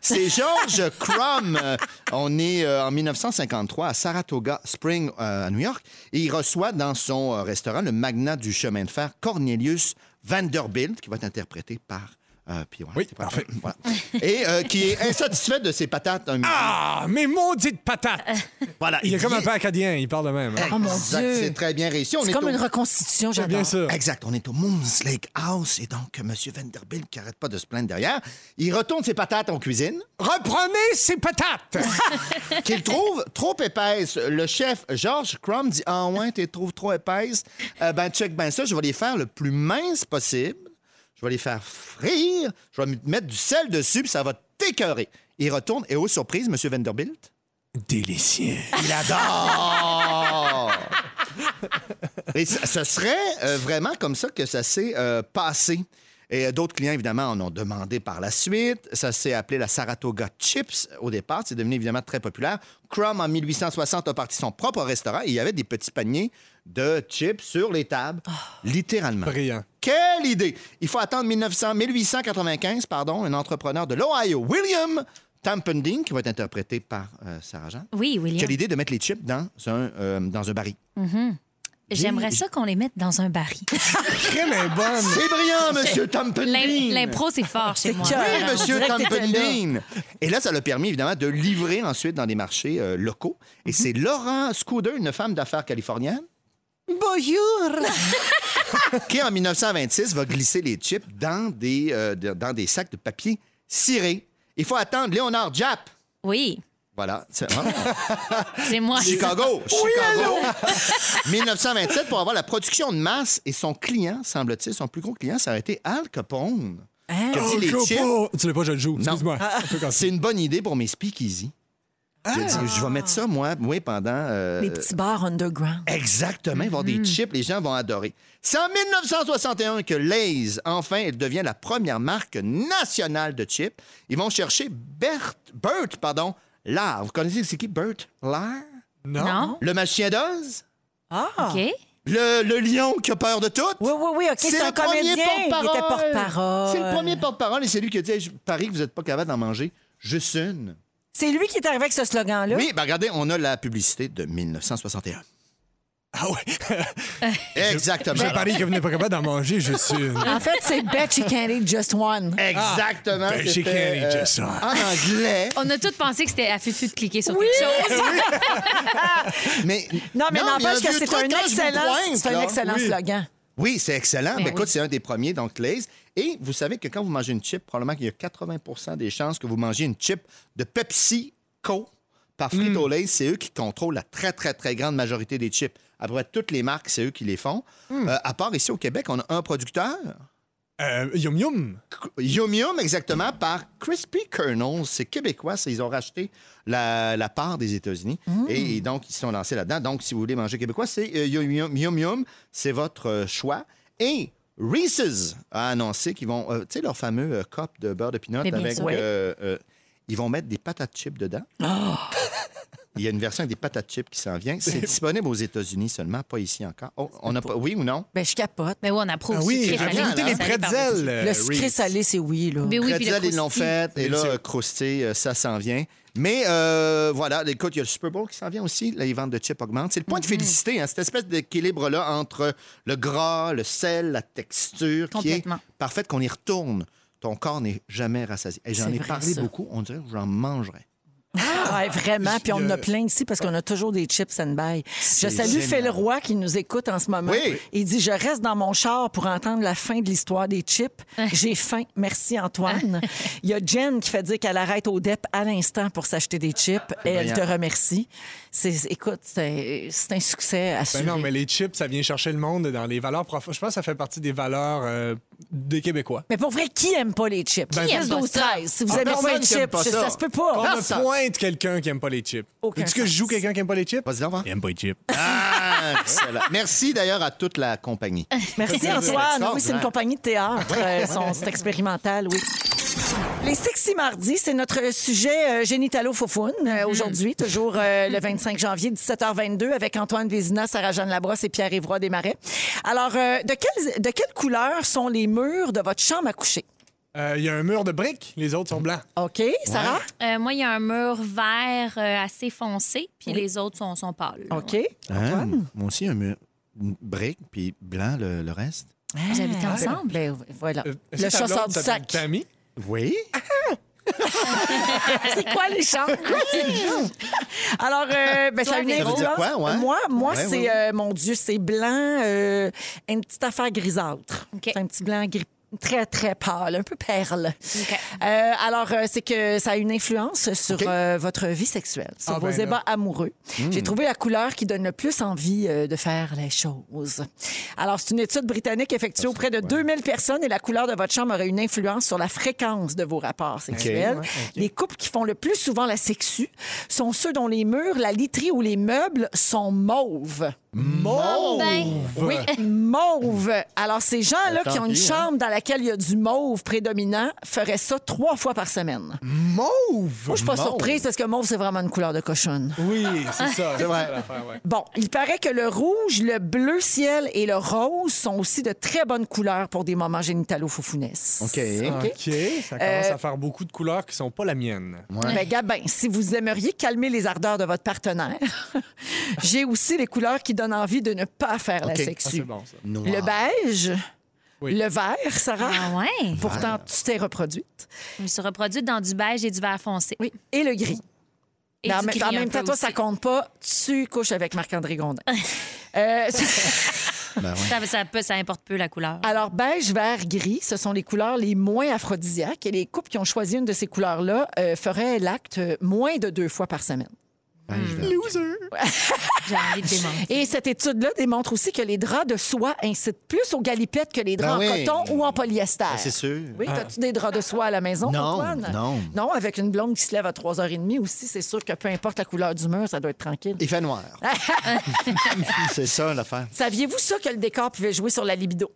G: C'est George Crumb. Euh, On est euh, en 1953 à Saratoga Spring, euh, à New York. Et il reçoit dans son euh, restaurant le magnat du chemin de fer, Cornelius Vanderbilt, qui va être interprété par euh, puis voilà,
D: Oui,
G: c'est pas
D: parfait.
G: grave. Voilà. Et euh, qui est insatisfait de ses patates. un minimum.
D: Ah, mes maudites patates!
G: voilà.
D: Il est comme un
G: dit-
D: peu acadien, il parle de même. hein.
E: Oh mon
G: Exact,
E: Dieu.
G: C'est très bien réussi. On
E: C'est
G: est
E: comme
G: au-
E: une reconstitution,
D: C'est
E: j'adore.
D: bien ça.
G: Exact. On est au Moon's Lake House et donc euh, M. Vanderbilt qui n'arrête pas de se plaindre derrière. Il retourne ses patates en cuisine.
D: Reprenez ces patates!
G: qu'il trouve trop épaisse. Le chef George Crumb dit Ah ouais, tu trouves trop épaisse. Euh, ben, check ben ça, je vais les faire le plus mince possible. Je vais les faire frire. Je vais m- mettre du sel dessus, puis ça va t'écœurer. Il retourne, et aux surprises, M. Vanderbilt.
D: Délicieux.
G: Il adore! Et ce ce serait euh, vraiment comme ça que ça s'est euh, passé. Et euh, d'autres clients, évidemment, en ont demandé par la suite. Ça s'est appelé la Saratoga Chips au départ. C'est devenu évidemment très populaire. Crumb, en 1860, a parti son propre restaurant. Et il y avait des petits paniers de chips sur les tables, littéralement.
D: Brillant.
G: Quelle idée! Il faut attendre 1900, 1895, pardon, un entrepreneur de l'Ohio, William Tampending, qui va être interprété par euh, Sarah Jeanne,
F: Oui,
G: qui a
F: William.
G: l'idée de mettre les chips dans un, euh, dans un baril.
F: J'aimerais ça qu'on les mette dans un baril.
D: Crème est bonne.
G: C'est brillant, Monsieur
F: L'im-
G: Tampending!
F: L'impro, c'est fort chez moi.
E: cœur.
G: Oui,
E: on
G: Monsieur
E: dirait que t'étais
G: Tampending! Et là, ça l'a permis, évidemment, de livrer ensuite dans des marchés euh, locaux. Et c'est Laurent Scooder, une femme d'affaires californienne,
E: Bonjour!
G: qui, en 1926, va glisser les chips dans des, euh, de- dans des sacs de papier ciré. Il faut attendre Léonard Jap.
F: Oui,
G: Voilà. C'est- ah,
F: c'est moi.
G: Chicago. Chicago. 1927 pour avoir la production de masse et son client, semble-t-il, son plus gros client, ça a été Al Capone. Qui a dit les
D: joue
G: chips.
D: pas. Tu l'as pas, je le joue.
G: Non. Ah,
D: Excuse-moi. Un peu comme ça. Ah,
G: C'est une bonne idée pour mes speakeasy. Je, dis, je vais mettre ça, moi, oui, pendant. euh,
E: Ah. Les petits Mm-hmm. bars underground.
G: Exactement, ils vont avoir des chips, les gens vont adorer. C'est en 1961 que Lay's, enfin, elle devient la première marque nationale de chips. Ils vont chercher Bert, Bert pardon, Lard. Vous connaissez c'est qui Bert Lard?
D: Non.
F: Non?
G: Le magicien d'Oz?
E: Ah!
F: OK.
G: Le, le lion qui a peur de tout?
E: Oui, oui, oui, OK, c'est un
G: le premier
E: comédien. Il était porte-parole.
G: C'est le premier porte-parole et c'est lui qui a dit Hey, Je parie que vous n'êtes pas capable d'en manger juste une.
E: C'est lui qui est arrivé avec ce slogan-là.
G: Oui, ben regardez, on a la publicité de 1961.
D: Ah ouais.
G: Exactement.
D: J'ai parié qu'elle venait pas capable d'en manger, je suis une.
E: En fait, c'est Bet You Can't Eat Just One.
G: Exactement.
D: Ben, she
G: c'était,
D: can't eat
G: euh,
D: just one.
G: En anglais.
F: On a tous pensé que c'était à fufu de cliquer sur quelque chose.
G: Mais,
E: Non, mais
G: il y a
E: n'empêche que
G: vieux
E: c'est
G: truc,
E: un
G: quand je vous
E: excellent,
G: pointe,
E: c'est un
G: là.
E: excellent
D: Oui.
E: slogan. Ben
G: Oui, c'est excellent. Mais
F: oui.
G: écoute, c'est un des premiers, donc Lay's. Et vous savez que quand vous mangez une chip, probablement qu'il y a 80 des chances que vous mangez une chip de Pepsi Co. Par
E: Mm.
G: Frito Lay, c'est eux qui contrôlent la très, très, très grande majorité des chips. Après toutes les marques, c'est eux qui les font.
E: Mm.
G: Euh, à part ici au Québec, on a un producteur,
D: Euh, yum yum.
G: Yum Yum exactement, par Crispy Kernels. C'est québécois, c'est- ils ont racheté la, la part des États-Unis.
F: Mm.
G: Et, et donc, ils se sont lancés là-dedans. Donc, si vous voulez manger québécois, c'est euh, Yum Yum, Yum Yum, c'est votre euh, choix. Et Reese's a annoncé qu'ils vont, euh, tu sais, leur fameux euh, cup de beurre de peanut
F: Mais bien
G: avec.
F: sûr.
G: euh, euh, ils vont mettre des patates chips dedans.
F: Oh.
G: Il y a une version avec des patates chips qui s'en vient. C'est disponible aux États-unis seulement, pas ici encore. Oh, on n'a pas. Oui ou non?
E: Ben, je capote.
F: Mais oui, on approuve.
D: Ah
F: c'est
D: oui,
F: très hein.
G: bien,
D: évitez
F: salé.
D: les
F: Salé par-dessus.
D: pretzels. euh,
E: Le sucré salé, c'est oui, là.
F: Mais Ben oui, puis
G: Pretzel,
F: le
G: ils l'ont
F: croustillant.
G: fait.
D: Bien
G: Et là,
D: sûr.
G: euh, croustille, euh, ça s'en vient. Mais euh, voilà, écoute, il y a le Super Bowl qui s'en vient aussi. Là, les ventes de chips augmentent. C'est le point
E: Mm-hmm.
G: de félicité, hein, cette espèce d'équilibre-là entre le gras, le sel, la texture qui est
F: Complètement.
G: parfaite, qu'on y retourne. Ton corps n'est jamais rassasié. Et j'en
E: C'est
G: ai
E: vrai,
G: parlé
E: ça.
G: beaucoup. On dirait que j'en mangerais.
E: Ah, Ouais, vraiment. Puis on en a
D: Euh,
E: plein ici parce qu'on a toujours des chips and by. Je
G: C'est
E: salue
G: génial.
E: Phil Roy qui nous écoute en ce moment.
G: Oui.
E: Il dit Je reste dans mon char pour entendre la fin de l'histoire des chips. J'ai faim. Merci, Antoine. Il y a Jen qui fait dire qu'elle arrête au DEP à l'instant pour s'acheter des chips. Et elle te
G: brillant.
E: remercie. C'est, écoute, c'est, c'est un succès assuré.
D: Ben non, mais les chips, ça vient chercher le monde dans les valeurs profondes. Je pense que ça fait partie des valeurs euh, des Québécés.
E: Mais pour vrai, qui aime pas les chips?
D: Ben,
E: qui aime
F: personne.
E: 12, 13? Si vous
G: Ah,
E: aimez
G: personne
E: pas les
G: qui aime
E: chips,
G: pas
E: Ah, ça.
G: ça.
E: se peut
D: On
E: pas.
D: me
G: ça.
D: pointe quelqu'un qui aime pas les chips.
E: Aucun
D: Est-ce que je joue quelqu'un qui aime pas les chips?
G: Vas-y, donc, voir.
D: Il aime pas les chips.
G: Ah, excellent. Merci d'ailleurs à toute la compagnie.
E: Merci
G: C'est
E: Antoine. Oui, c'est une
G: extraordinaire.
E: compagnie de théâtre. Euh, son- C'est expérimental, oui. Les sexy mardis, c'est notre sujet euh, génitalo faufoune
F: Mm.
E: aujourd'hui, toujours euh, le 25 janvier 17h22 avec Antoine Vézina, Sarah Jeanne Labrosse et Pierre Évroy Desmarais. Alors euh, de quelle de quelle couleur sont les murs de votre chambre à coucher
D: Euh, Il y a un mur de briques, les autres sont blancs.
E: OK, Sarah
F: Euh, moi, il y a un mur vert euh, assez foncé, puis les autres sont, sont pâles. là,
E: OK.
F: ouais.
G: Ah, moi aussi, un mur, une brique, puis blanc le, le reste.
F: Vous habitez
E: Ah,
F: ensemble?
E: ben, voilà.
D: Euh, est-ce
E: le
D: que ta blonde
E: chasseur du
D: s'appelle
E: sac.
D: Tammy?
G: Oui.
E: C'est quoi les chambres? Alors, euh, ben, ça
F: Toi,
E: a une
F: Véro.
G: Ça veut dire quoi, ouais?
E: Moi, moi
G: Ouais,
E: c'est,
G: ouais, ouais.
E: euh, mon Dieu, c'est blanc, euh, une petite affaire grisâtre.
F: OK.
E: C'est un petit blanc gris très, très pâle, un peu perle.
F: OK.
E: Euh, alors, euh, c'est que ça a une influence sur
G: OK.
E: euh, votre vie sexuelle, sur
D: Ah,
E: vos
D: ben là.
E: ébats amoureux.
G: Hmm.
E: J'ai trouvé la couleur qui donne le plus envie euh, de faire les choses. Alors, c'est une étude britannique effectuée auprès de 2000 personnes et la couleur de votre chambre aurait une influence sur la fréquence de vos rapports sexuels. Les couples qui font le plus souvent la sexu sont ceux dont les murs, la literie ou les meubles sont mauves.
G: Mm.
D: Mauve!
F: ben.
E: Oui, mauve. Alors, ces gens-là
G: Tant
E: qui ont une
G: pis, hein.
E: chambre dans laquelle il y a du mauve prédominant feraient ça trois fois par semaine.
D: Mauve!
E: Moi, je suis pas
G: Mauve.
E: surprise parce que mauve, c'est vraiment une couleur de cochonne.
D: Oui, c'est ça. C'est
G: vrai.
D: ça l'affaire, ouais.
E: Bon, il paraît que le rouge, le bleu ciel et le rose sont aussi de très bonnes couleurs pour des moments génitalo foufounesses.
G: OK.
D: OK, ça commence à faire beaucoup de couleurs qui sont pas la mienne.
E: Mais Ben, Gabin, si vous aimeriez calmer les ardeurs de votre partenaire, j'ai aussi les couleurs qui donnent envie de ne pas faire la
G: OK.
E: sexu.
D: Ah, c'est bon, ça.
G: Noir.
E: Le beige,
D: Oui.
E: le vert, Sarah.
F: Ah ouais?
E: Pourtant, tu t'es reproduite.
F: Je me suis reproduite dans du beige et du vert foncé.
E: Oui. Et le gris.
F: Et
E: Mais en,
F: du
E: même-
F: gris
E: en
F: un
E: même
F: peu
E: temps, toi,
F: aussi.
E: ça compte pas. Tu couches avec Marc-André Gondin. Euh,
G: Ben ouais.
F: Ça, ça peut- ça importe peu la couleur.
E: Alors, beige, vert, gris, ce sont les couleurs les moins aphrodisiaques et les couples qui ont choisi une de ces couleurs-là euh, feraient l'acte euh, moins de deux fois par semaine.
G: Ben, je vais-
F: J'ai envie de démentir.
E: Et cette étude-là démontre aussi que les draps de soie incitent plus aux galipettes que les draps
G: Ben
E: en
G: oui.
E: coton ou en polyester.
G: Ben, c'est sûr.
E: Oui, as-tu des draps de soie à la maison,
G: Non,
E: Antoine?
G: non.
E: Non, avec une blonde qui se lève à 3h30 aussi, c'est sûr que peu importe la couleur du mur, ça doit être tranquille.
G: Il fait noir. c'est ça l'affaire.
E: Saviez-vous ça que le décor pouvait jouer sur la libido?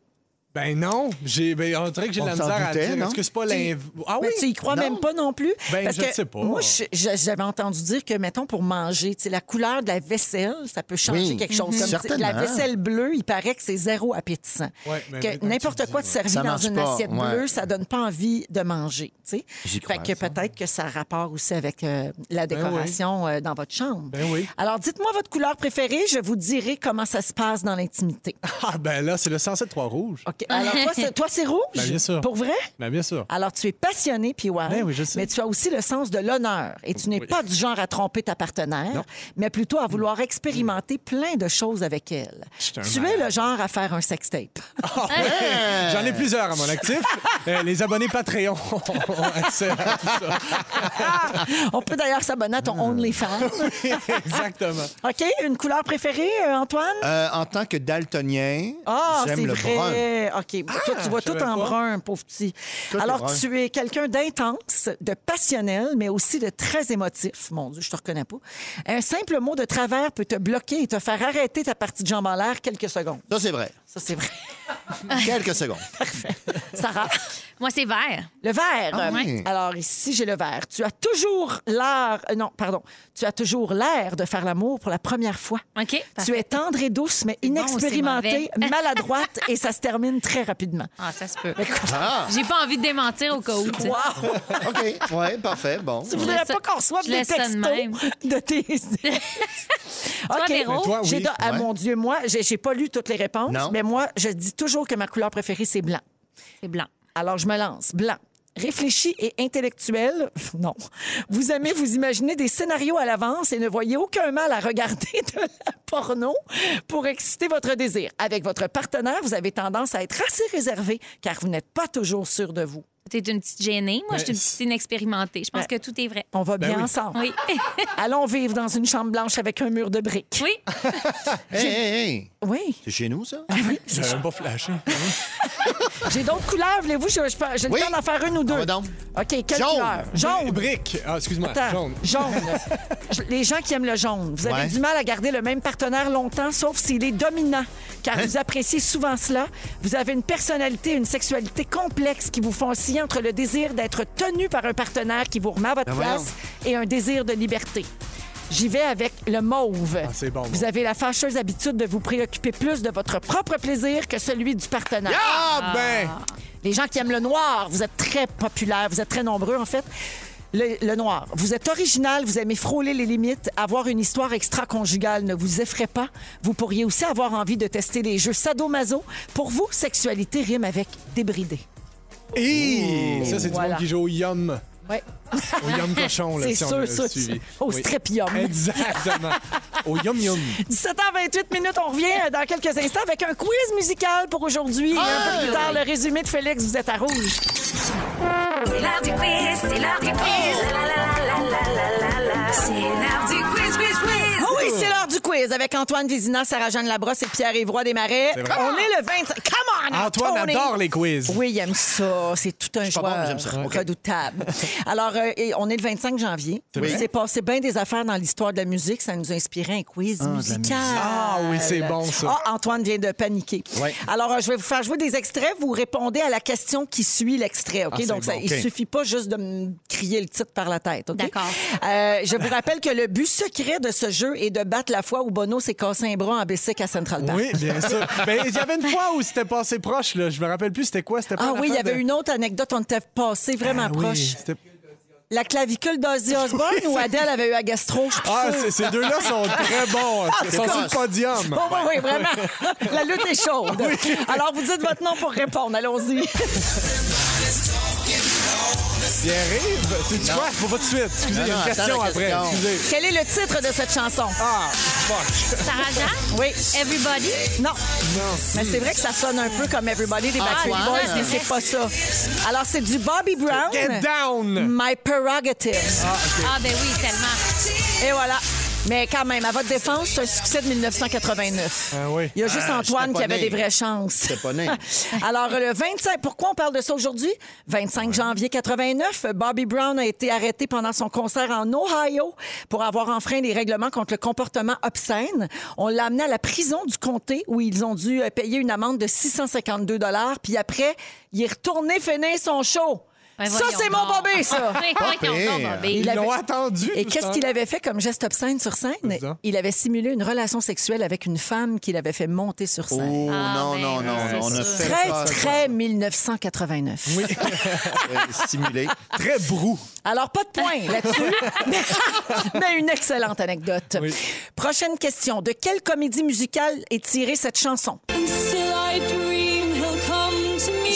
D: Ben non, j'ai ben, on dirait que j'ai
G: On
D: de la
G: s'en
D: misère à
G: doutait,
D: dire.
G: non?
D: Est-ce que c'est pas l'inv... Ah oui.
E: Mais tu y crois
G: Non.
E: même pas non plus?
D: Ben,
E: Parce
D: je
E: que
D: sais pas.
E: Moi, je- je- j'avais entendu dire que, mettons, pour manger, tu sais, la couleur de la vaisselle, ça peut changer
G: Oui.
E: quelque chose.
G: Mhm.
E: Comme, tu sais,
G: Certainement.
E: la vaisselle bleue, il paraît que c'est zéro appétissant.
D: Ouais, mais maintenant que
E: que
D: tu
E: n'importe
D: le
E: quoi
D: dis,
E: de servi
G: Ça
E: dans
G: marche
E: une
G: pas,
E: assiette
G: ouais.
E: bleue, ça donne pas envie de manger, tu sais.
G: J'y
E: Fait
G: crois,
E: que
G: ça.
E: peut-être que ça a rapport aussi avec euh, la
D: Ben oui.
E: décoration euh, dans votre chambre.
D: Ben oui.
E: Alors, dites-moi votre couleur préférée, je vous dirai comment ça se passe dans l'intimité.
D: Ah ben là, c'est le 107 trois rouges.
E: OK. Alors, toi, c'est- toi, c'est rouge?
D: Ben, bien sûr.
E: Pour vrai?
D: Ben bien sûr.
E: Alors, tu es passionné, puis ouais,
D: Ben oui, je sais.
E: mais tu as aussi le sens de l'honneur et tu n'es pas du genre à tromper ta partenaire, mais plutôt à vouloir expérimenter plein de choses avec elle.
D: J'suis un
E: Tu
D: malade.
E: es le genre à faire un sextape.
D: Ah ouais. J'en ai plusieurs à mon actif. Euh, les abonnés Patreon ont accès à tout ça.
E: On peut d'ailleurs s'abonner à ton
D: Ah.
E: OnlyFans.
D: Exactement.
E: OK, une couleur préférée, euh, Antoine?
G: Euh, en tant que daltonien,
E: Ah, c'est
G: j'aime le brun. Ah,
E: vrai. OK. Toi, tu vois
D: je
E: tout
D: savais
E: en
D: pas.
E: brun, pauvre petit.
G: Tout est
E: Alors,
G: brun.
E: tu es quelqu'un d'intense, de passionnel, mais aussi de très émotif. Mon Dieu, je te reconnais pas. Un simple mot de travers peut te bloquer et te faire arrêter ta partie de jambe en l'air quelques secondes.
G: Ça, c'est vrai.
E: Ça, c'est vrai.
G: Quelques secondes.
E: Sarah,
F: Moi, c'est vert.
E: le vert.
G: Ah oui.
E: Alors, ici, j'ai le vert. Tu as toujours l'art... euh, Non, pardon. Tu as toujours l'air de faire l'amour pour la première fois.
F: OK?
E: Tu es tendre et douce, mais
F: bon, c'est
E: inexpérimentée, maladroite, et ça se termine très rapidement.
F: Ah, ça se peut.
G: Ah,
F: J'ai pas envie de démentir au cas où. tu sais.
E: Wow!
G: OK. Oui, parfait. Bon.
E: Tu voudrais
F: Je
E: pas
F: laisse-
E: qu'on reçoive
F: je
E: des
F: laisse ça
E: textos
F: de même.
E: de tes... OK.
F: Véro?
D: Mais toi, oui.
E: J'ai do- ah,
G: Ouais.
E: mon Dieu, moi, j'ai j'ai pas lu toutes les réponses,
G: Non.
E: mais moi, je dis toujours que ma couleur préférée, c'est blanc.
F: C'est blanc.
E: Alors, je me lance. Blanc. Réfléchi et intellectuel, non. Vous aimez vous imaginer des scénarios à l'avance et ne voyez aucun mal à regarder de la porno pour exciter votre désir. Avec votre partenaire, vous avez tendance à être assez réservé car vous n'êtes pas toujours sûr de vous.
F: T'es une petite gênée. Moi,
E: Ben,
F: je suis une petite inexpérimentée. Je pense que tout est vrai.
E: On va
D: Ben
E: bien
D: oui.
E: ensemble.
F: Oui.
E: Allons vivre dans une chambre blanche avec un mur de briques.
F: Oui.
G: Hey, hey, hey.
E: Oui.
G: C'est chez nous, ça?
D: J'avais même pas flashé.
E: J'ai d'autres couleurs, voulez-vous? Je- je- J'ai le
G: Oui.
E: temps d'en faire une ou deux.
G: On va Ah, donc.
E: OK, quelle
G: Jaune.
E: couleur? Jaune.
D: Brique. Ah, excuse-moi.
E: Attends,
D: Jaune.
E: Je- Les gens qui aiment le jaune, vous avez
G: Ouais.
E: du mal à garder le même partenaire longtemps, sauf s'il est dominant, car
G: Hein?
E: vous appréciez souvent cela. Vous avez une personnalité, une sexualité complexe qui vous font osciller entre le désir d'être tenu par un partenaire qui vous remet à votre
G: Ben
E: place et un désir de liberté. J'y vais avec le mauve.
G: Ah,
D: c'est bon,
E: vous
D: moi.
E: avez la fâcheuse habitude de vous préoccuper plus de votre propre plaisir que celui du partenaire.
D: Ah ben!
E: Les gens qui aiment le noir, vous êtes très populaires, vous êtes très nombreux en fait. Le, le noir. Vous êtes original, vous aimez frôler les limites, avoir une histoire extra-conjugale ne vous effraie pas. Vous pourriez aussi avoir envie de tester les jeux sadomaso. Pour vous, sexualité rime avec débridé.
D: Et ça, c'est du
E: Voilà.
D: monde qui joue au yum.
E: Ouais.
D: Au yum cochon, là,
E: C'est
D: si on
E: sûr,
D: a
E: sûr,
D: suivi.
E: sûr. Au
D: Oui.
E: strip yum.
D: Exactement. Au yum yum.
E: 17h28 minutes, on revient euh, dans quelques instants avec un quiz musical pour aujourd'hui. Et un peu plus tard, le résumé de Félix, vous êtes à rouge.
A: C'est l'heure du quiz, c'est l'heure du quiz. La, la, la, la, la, la, la, la. C'est l'heure du quiz, quiz, quiz.
E: Ah oui, c'est l'heure du quiz avec Antoine Vézina, Sarah-Jeanne Labrosse et Pierre-Yvroy Desmarais.
D: C'est vrai.
E: On est le 25. Come on,
D: Antoine
E: Anthony!
D: adore les quiz.
E: Oui, il aime ça. C'est tout un
G: suis pas
E: joueur
G: bon, mais j'aime ça. Ok.
E: redoutable. Alors, euh, et on est le 25 janvier.
D: vrai?
E: Il s'est passé bien des affaires dans l'histoire de la musique. Ça nous a inspiré un quiz musical.
D: Ah oui, c'est bon, ça.
E: Ah, Antoine vient de paniquer.
G: Ouais.
E: Alors, euh, je vais vous faire jouer des extraits. Vous répondez à la question qui suit l'extrait. OK?
D: Ah, c'est
E: Donc, ça,
D: bon.
E: il
D: OK.
E: suffit pas juste de me crier le titre par la tête. OK?
F: D'accord.
E: Euh, je vous rappelle que le but secret de ce jeu est de battre la fois où Bono s'est cassé un bras en bicycle à Central Park.
D: Oui, bien sûr. Ben, il y avait une fois où c'était passé proche, là. Je me rappelle plus c'était quoi. C'était pas
E: Ah
D: la
E: oui, il y
D: fin de-
E: avait une autre anecdote, on était passé vraiment
D: Ah oui,
E: proche.
D: c'était-
E: La clavicule d'Ozzy Osbourne ou Adèle avait eu à gastro, je suis
D: Ah,
E: sûre.
D: c'est- ces deux-là sont très bons. Ils sont
E: c'est
D: sur le podium.
E: Bon, oui, oui, vraiment. La lutte est chaude. Alors, vous dites votre nom pour répondre. Allons-y.
D: Bien rire. C'est tu quoi? Faut pas tout de suite. Excusez, il y a
G: Non,
D: une
G: non,
D: question
G: attends la
D: après.
G: question.
D: Excusez.
E: Quel est le titre de cette chanson?
D: Ah, fuck.
F: Sarah Jeanne?
E: Oui.
F: Everybody?
E: Non. Mais c'est vrai que ça sonne un peu comme Everybody des Backstreet
F: ouais,
E: Boys,
F: c'est
E: mais
F: vrai.
E: c'est pas ça. Alors, c'est du Bobby Brown.
D: Get down!
E: My Prerogatives.
F: Ah, ben oui, tellement.
E: Et voilà. Mais quand même, à votre défense, c'est un succès de 1989.
D: Ah oui.
E: Il y a juste
G: Ah,
E: Antoine
G: j'étais
E: qui
G: pas
E: avait des
G: né.
E: vraies chances.
G: J'étais pas né. Oh,
E: Alors, le 25, pourquoi on parle de ça aujourd'hui? 25 janvier 89, Bobby Brown a été arrêté pendant son concert en Ohio pour avoir enfreint les règlements contre le comportement obscène. On l'a amené à la prison du comté où ils ont dû euh, payer une amende de 652 Puis après, il est retourné finir son show.
F: Ben,
E: ça,
F: voyons
E: c'est mon
F: donc.
E: Bobby, ça!
F: Ben, voyons donc,
G: pire.
F: Bobby.
D: Ils
E: Il
D: l'ont
E: avait-
D: attendu.
E: Et
D: tout
E: qu'est-ce
D: ce
E: qu'il
D: temps.
E: avait fait comme geste obscène sur scène?
D: C'est ça.
E: Il avait simulé une relation sexuelle avec une femme qu'il avait fait monter sur
G: Oh,
E: scène.
G: non,
F: ben,
G: non, non.
F: c'est
G: On a
F: sûr.
G: fait
E: Très,
G: ça.
E: très 1989.
G: euh, Stimulé.
D: Très brou.
E: Alors, pas de point là-dessus, mais, mais une excellente anecdote.
D: Oui.
E: Prochaine question. De quelle comédie musicale est tirée cette chanson?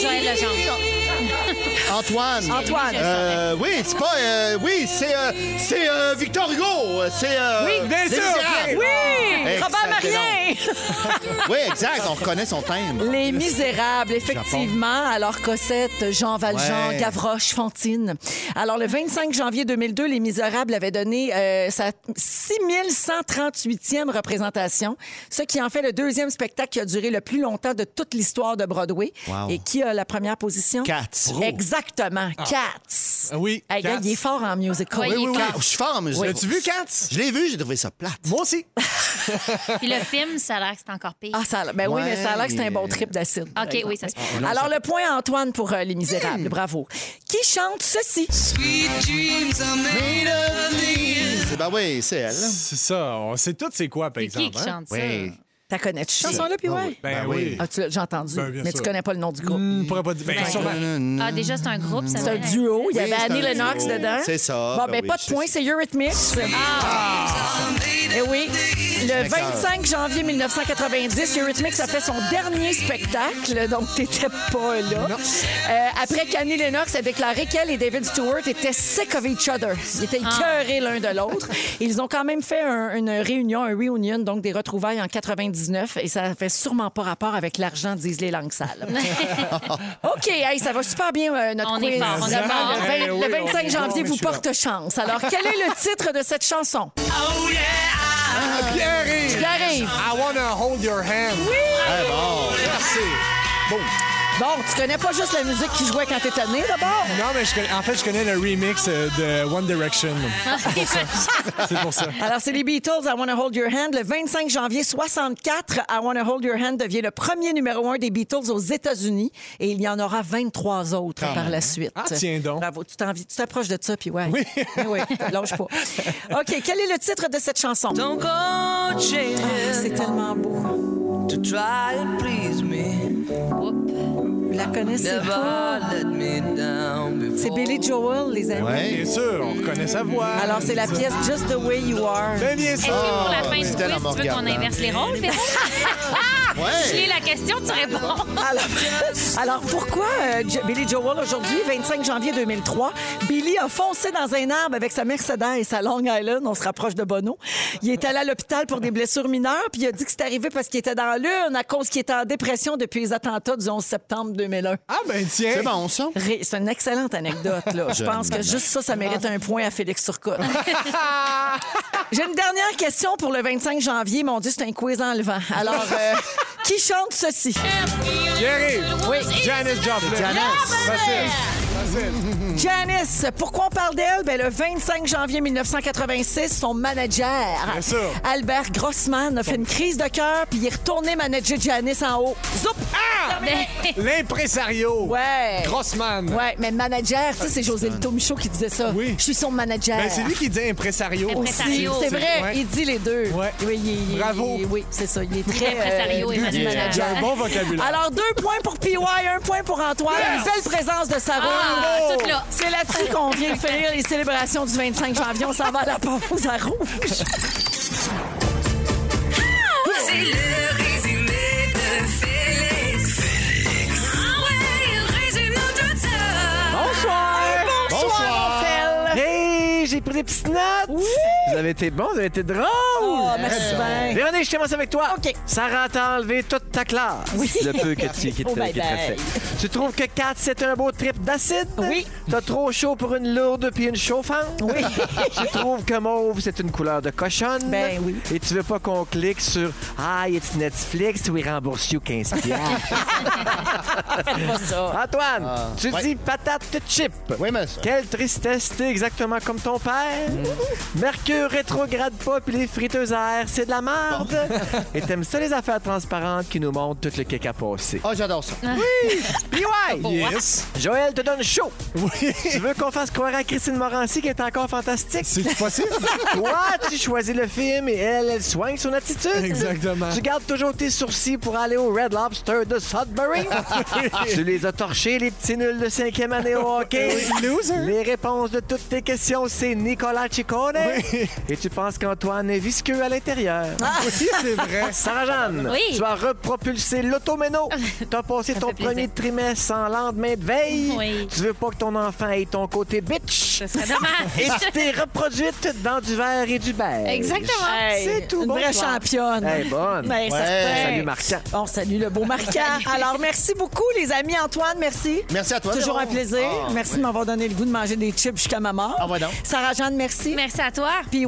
F: Joël Legendre.
G: Antoine.
E: Antoine.
G: Euh, oui, c'est pas. euh, oui, c'est. euh, c'est euh, Victor Hugo. euh, C'est. euh,
D: Oui, bien
G: Les
D: sûr,
G: Misérables.
D: oui.
G: Excellent.
E: Robert Marien!
G: Oui, exact. On reconnaît son timbre.
E: Les Misérables, effectivement. Alors, Cossette, Jean Valjean,
G: Ouais.
E: Gavroche, Fantine. Alors, le 25 janvier 2002, Les Misérables avaient donné euh, sa 6138e représentation, ce qui en fait le deuxième spectacle qui a duré le plus longtemps de toute l'histoire de Broadway.
G: Wow.
E: Et qui a la première position?
G: Cats.
E: Exactement, Cats.
D: Ah oui,
E: Hey, gars,
D: Cats.
E: il est fort en musical.
F: Euh, Oui, il est
G: Ah,
F: fort.
G: Je suis fort en musique.
D: L'as-tu vu, Katz?
G: Je l'ai vu, j'ai trouvé ça plate.
D: Moi aussi.
F: Puis le film, ça a l'air que c'est encore pire.
E: Ah, ça a l'air- ben oui,
G: Ouais, Ah,
E: mais ça a l'air que c'est un
G: mais-
E: bon trip d'acide. par
F: OK, oui,
E: exemple.
F: ça se peut.
E: Alors, le point à Antoine pour euh, Les
G: Hmm.
E: Misérables. Bravo. Qui chante ceci?
G: Ben oui, c'est elle.
D: C'est ça. On sait tous c'est quoi, par
F: C'est qui
D: exemple.
F: qui
D: hein?
F: chante
G: Oui.
E: T'as connais cette chanson-là, puis ouais? Hmm.
D: Ben
G: Ben
D: oui.
G: oui.
E: Ah, tu l'as déjà entendu,
D: Ben, bien
E: mais
D: sûr.
E: tu connais pas le nom du groupe.
D: On pourrait pas dire. Ben,
F: ça?
D: sûrement.
F: Ben, Ah, déjà, c'est un groupe, ça
E: C'est un
F: doit être-
E: duo. Il y avait
G: c'est
E: Annie
G: un
E: Lennox
G: duo.
E: dedans.
G: C'est ça,
E: Bon,
G: ben
E: ben,
G: oui,
E: pas de
G: je
E: point, c'est Eurythmics.
G: Ah!
E: Eh oui. Le 25 janvier 1990, Eurythmics a fait son dernier spectacle, donc t'étais pas là. Euh, après qu'Annie Lennox a déclaré qu'elle et David Stewart étaient sick of each other. Ils étaient
G: Ah.
E: écœurés l'un de l'autre. Ils ont quand même fait un- une réunion, un reunion, donc des retrouvailles en 99, et ça fait sûrement pas rapport avec l'argent, disent les langues sales. OK, hey, ça va super bien, euh, notre
F: On est
E: quiz.
F: fort, on est
E: Vraiment,
F: fort.
E: le vingt-
D: Eh oui,
E: Le
D: on
E: 25
D: est fort,
E: janvier
D: mais
E: vous
D: je suis là.
E: porte chance. Alors, quel est le titre de cette chanson?
D: Pierre-Yves!
E: J'arrive.
D: Ah, I wanna hold your hand.
G: Ah, bon.
D: Merci.
E: Bon, tu connais pas juste la musique qui jouait quand t'étais né, d'abord?
D: Non, mais je connais- en fait, je connais le remix euh, de One Direction.
E: Ah,
D: C'est pour ça. C'est pour ça.
E: Alors, c'est les Beatles, I Wanna Hold Your Hand. Le 25 janvier 64, I Wanna Hold Your Hand devient le premier numéro un des Beatles aux États-Unis. Et il y en aura 23 autres par la suite.
D: Ah, tiens donc.
E: Bravo. Tu t'envi- tu t'approches de ça, puis ouais. Oui. oui, lâche pas. OK, quel est le titre de cette chanson?
J: Don't go changing
E: C'est tellement beau.
J: to try to please me.
E: Vous la connaissez
J: Never
E: pas?
J: let me down before.
E: C'est Billy Joel, les amis.
G: Ouais.
D: Bien sûr, on reconnaît sa voix.
E: Alors, c'est la pièce Just the Way You Are.
D: Ben, bien
F: Est-ce
D: sûr.
F: que pour la fin du quiz,
G: c'était la
F: tu veux qu'on
G: Morgane.
F: inverse les rôles, Véro? Je lis
G: Ouais.
F: la question, tu réponds.
E: Alors, alors pourquoi euh, Jo- Billy Joel aujourd'hui, 25 janvier 2003, Billy a foncé dans un arbre avec sa Mercedes à Long Island, on se rapproche de Bono. Il est allé à l'hôpital pour des blessures mineures, puis il a dit que c'est arrivé parce qu'il était dans l'urne à cause qu'il était en dépression depuis les attentats du 11 septembre 2001.
D: Ah, ben tiens.
G: C'est bon, ça.
E: Ré- C'est une excellente anecdote. Là. Je
G: Je
E: pense que
G: me-
E: juste ça, ça mérite un point à Félix Turcotte. J'ai une dernière question pour le 25 janvier. Mon Dieu, c'est un quiz enlevant. Alors, euh, qui chante ceci?
D: Pierre-Yves.
E: Oui.
D: Janice Joplin.
G: Janice.
D: Facile. Facile.
E: Janice, pourquoi on parle d'elle? Ben, le 25 janvier 1986, son manager,
D: Bien sûr.
E: Albert Grossman, a fait une crise de cœur puis il est retourné manager Janice en haut. Zoup!
F: Ben,
D: L'impresario.
E: Ouais.
D: Ah! Grossman.
E: Ouais, mais manager, tu sais, c'est José Lito Michaud qui disait ça.
D: Oui.
E: Je suis son manager.
D: Ben, c'est lui qui dit impresario.
E: Aussi,
F: Impresario.
E: C'est vrai,
D: Ouais.
E: il dit les deux.
D: Ouais.
E: Oui, il- il-
D: Bravo.
E: il- oui, c'est ça. Il est très. euh,
F: Impresario et
E: lui,
F: manager.
D: J'ai un bon vocabulaire.
E: Alors, deux points pour PY, un point pour Antoine. Une belle présence de Sarah.
F: Ah,
D: Bravo.
F: toute là.
E: C'est là-dessus qu'on vient de finir les célébrations du 25 janvier. On s'en va à la pause à rouge.
A: C'est le résumé de Félix. Félix. Ah ouais, résume-nous tout ça.
E: Bonsoir.
G: Bonsoir.
E: Slipknot. Oui.
K: Vous avez été bon, vous avez été drôle.
E: Oh, merci bien.
K: Véronique, je commence avec toi.
E: OK.
K: Sarah t'a enlevé toute ta classe.
E: Oui.
K: Le peu que tu qui te,
E: Oh, bye
K: qui te
E: bye.
K: restait. Tu trouves que 4, c'est un beau trip d'acide?
E: Oui.
K: T'as trop chaud pour une lourde puis une chauffante?
E: Oui.
K: tu trouves que mauve, c'est une couleur de cochonne?
E: Ben oui.
K: Et tu veux pas qu'on clique sur « Ah, it's Netflix, we rembourse you 15 piastres.
E: Pas ça.
K: Antoine,
G: Ah.
K: tu
G: Ouais.
K: dis patate chip.
G: Oui, mais ça.
K: Quelle tristesse, t'es exactement comme ton père. Mercure rétrograde pas, puis les friteuses à air, c'est de la merde. Et t'aimes ça les affaires transparentes qui nous montrent tout le kick à passer.
G: Ah, j'adore ça.
K: Puis ouais,
D: Yes.
K: Joël te donne chaud.
D: Oui.
K: Tu veux qu'on fasse croire à Christine Morancy qui est encore fantastique?
D: C'est possible?
K: Toi, tu choisis le film et elle, elle soigne son attitude.
D: Exactement.
K: Tu gardes toujours tes sourcils pour aller au Red Lobster de Sudbury. tu les as torchés, les petits nuls de cinquième année au hockey.
D: Loser.
K: Les réponses de toutes tes questions, c'est Nicolas Ciccone. Et tu penses qu'Antoine est visqueux à l'intérieur.
D: Oui, c'est vrai.
K: Sarah-Jeanne,
F: Ah. Oui.
K: tu as repropulsé l'automéno. Tu as passé ton
F: fait plaisir.
K: premier trimestre sans lendemain de veille.
F: Oui.
K: Tu veux pas que ton enfant ait ton côté bitch.
F: Ce serait
K: Et
F: dommage.
K: tu t'es reproduite dans du verre et du beige.
F: Exactement.
K: C'est tout
E: Une
K: bon.
E: vraie
K: toi.
E: championne.
K: Eh, bonne.
E: Ben, ça
G: Ouais.
E: se peut.
K: Salut, Martin.
E: On salue le beau marquant. Alors, merci beaucoup, les amis. Antoine, merci.
G: Merci à toi.
E: Toujours un
G: Véro.
E: plaisir.
G: Ah,
E: merci
G: ouais.
E: de m'avoir donné le goût de manger des chips jusqu'à ma mort.
G: Ah, ouais, donc.
E: Sarah-Jeanne, merci.
F: Merci à toi.
E: PY.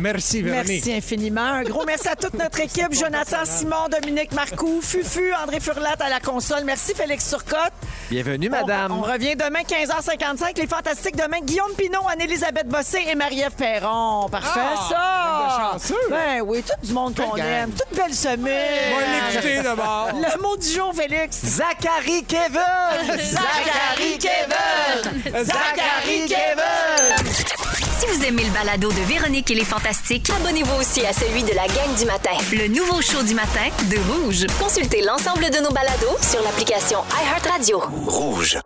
D: Merci, Véronique.
E: Merci infiniment. Un gros merci à toute notre équipe. Jonathan Simon, Dominique Marcoux, Fufu, André Furlat à la console. Merci, Félix Turcotte.
K: Bienvenue,
E: On-
K: madame.
E: On, revient demain, 15h55. Les Fantastiques demain. Guillaume Pinot, Anne-Elisabeth Bossé et Marie-Ève Perron. Parfait,
D: Ah,
E: ça! Ben oui, tout du monde qu'on
G: Quelle
E: aime.
G: gang.
E: Toute belle semaine.
D: On va l'écouter d'abord.
E: Le mot du jour, Félix.
K: Zachary Kevin!
E: Zachary Kevin!
K: Zachary Kevin!
B: Si vous aimez le balado de Véronique et les Fantastiques, abonnez-vous aussi à celui de la gang du matin. Le nouveau show du matin de Rouge. Consultez l'ensemble de nos balados sur l'application iHeartRadio.
C: Rouge.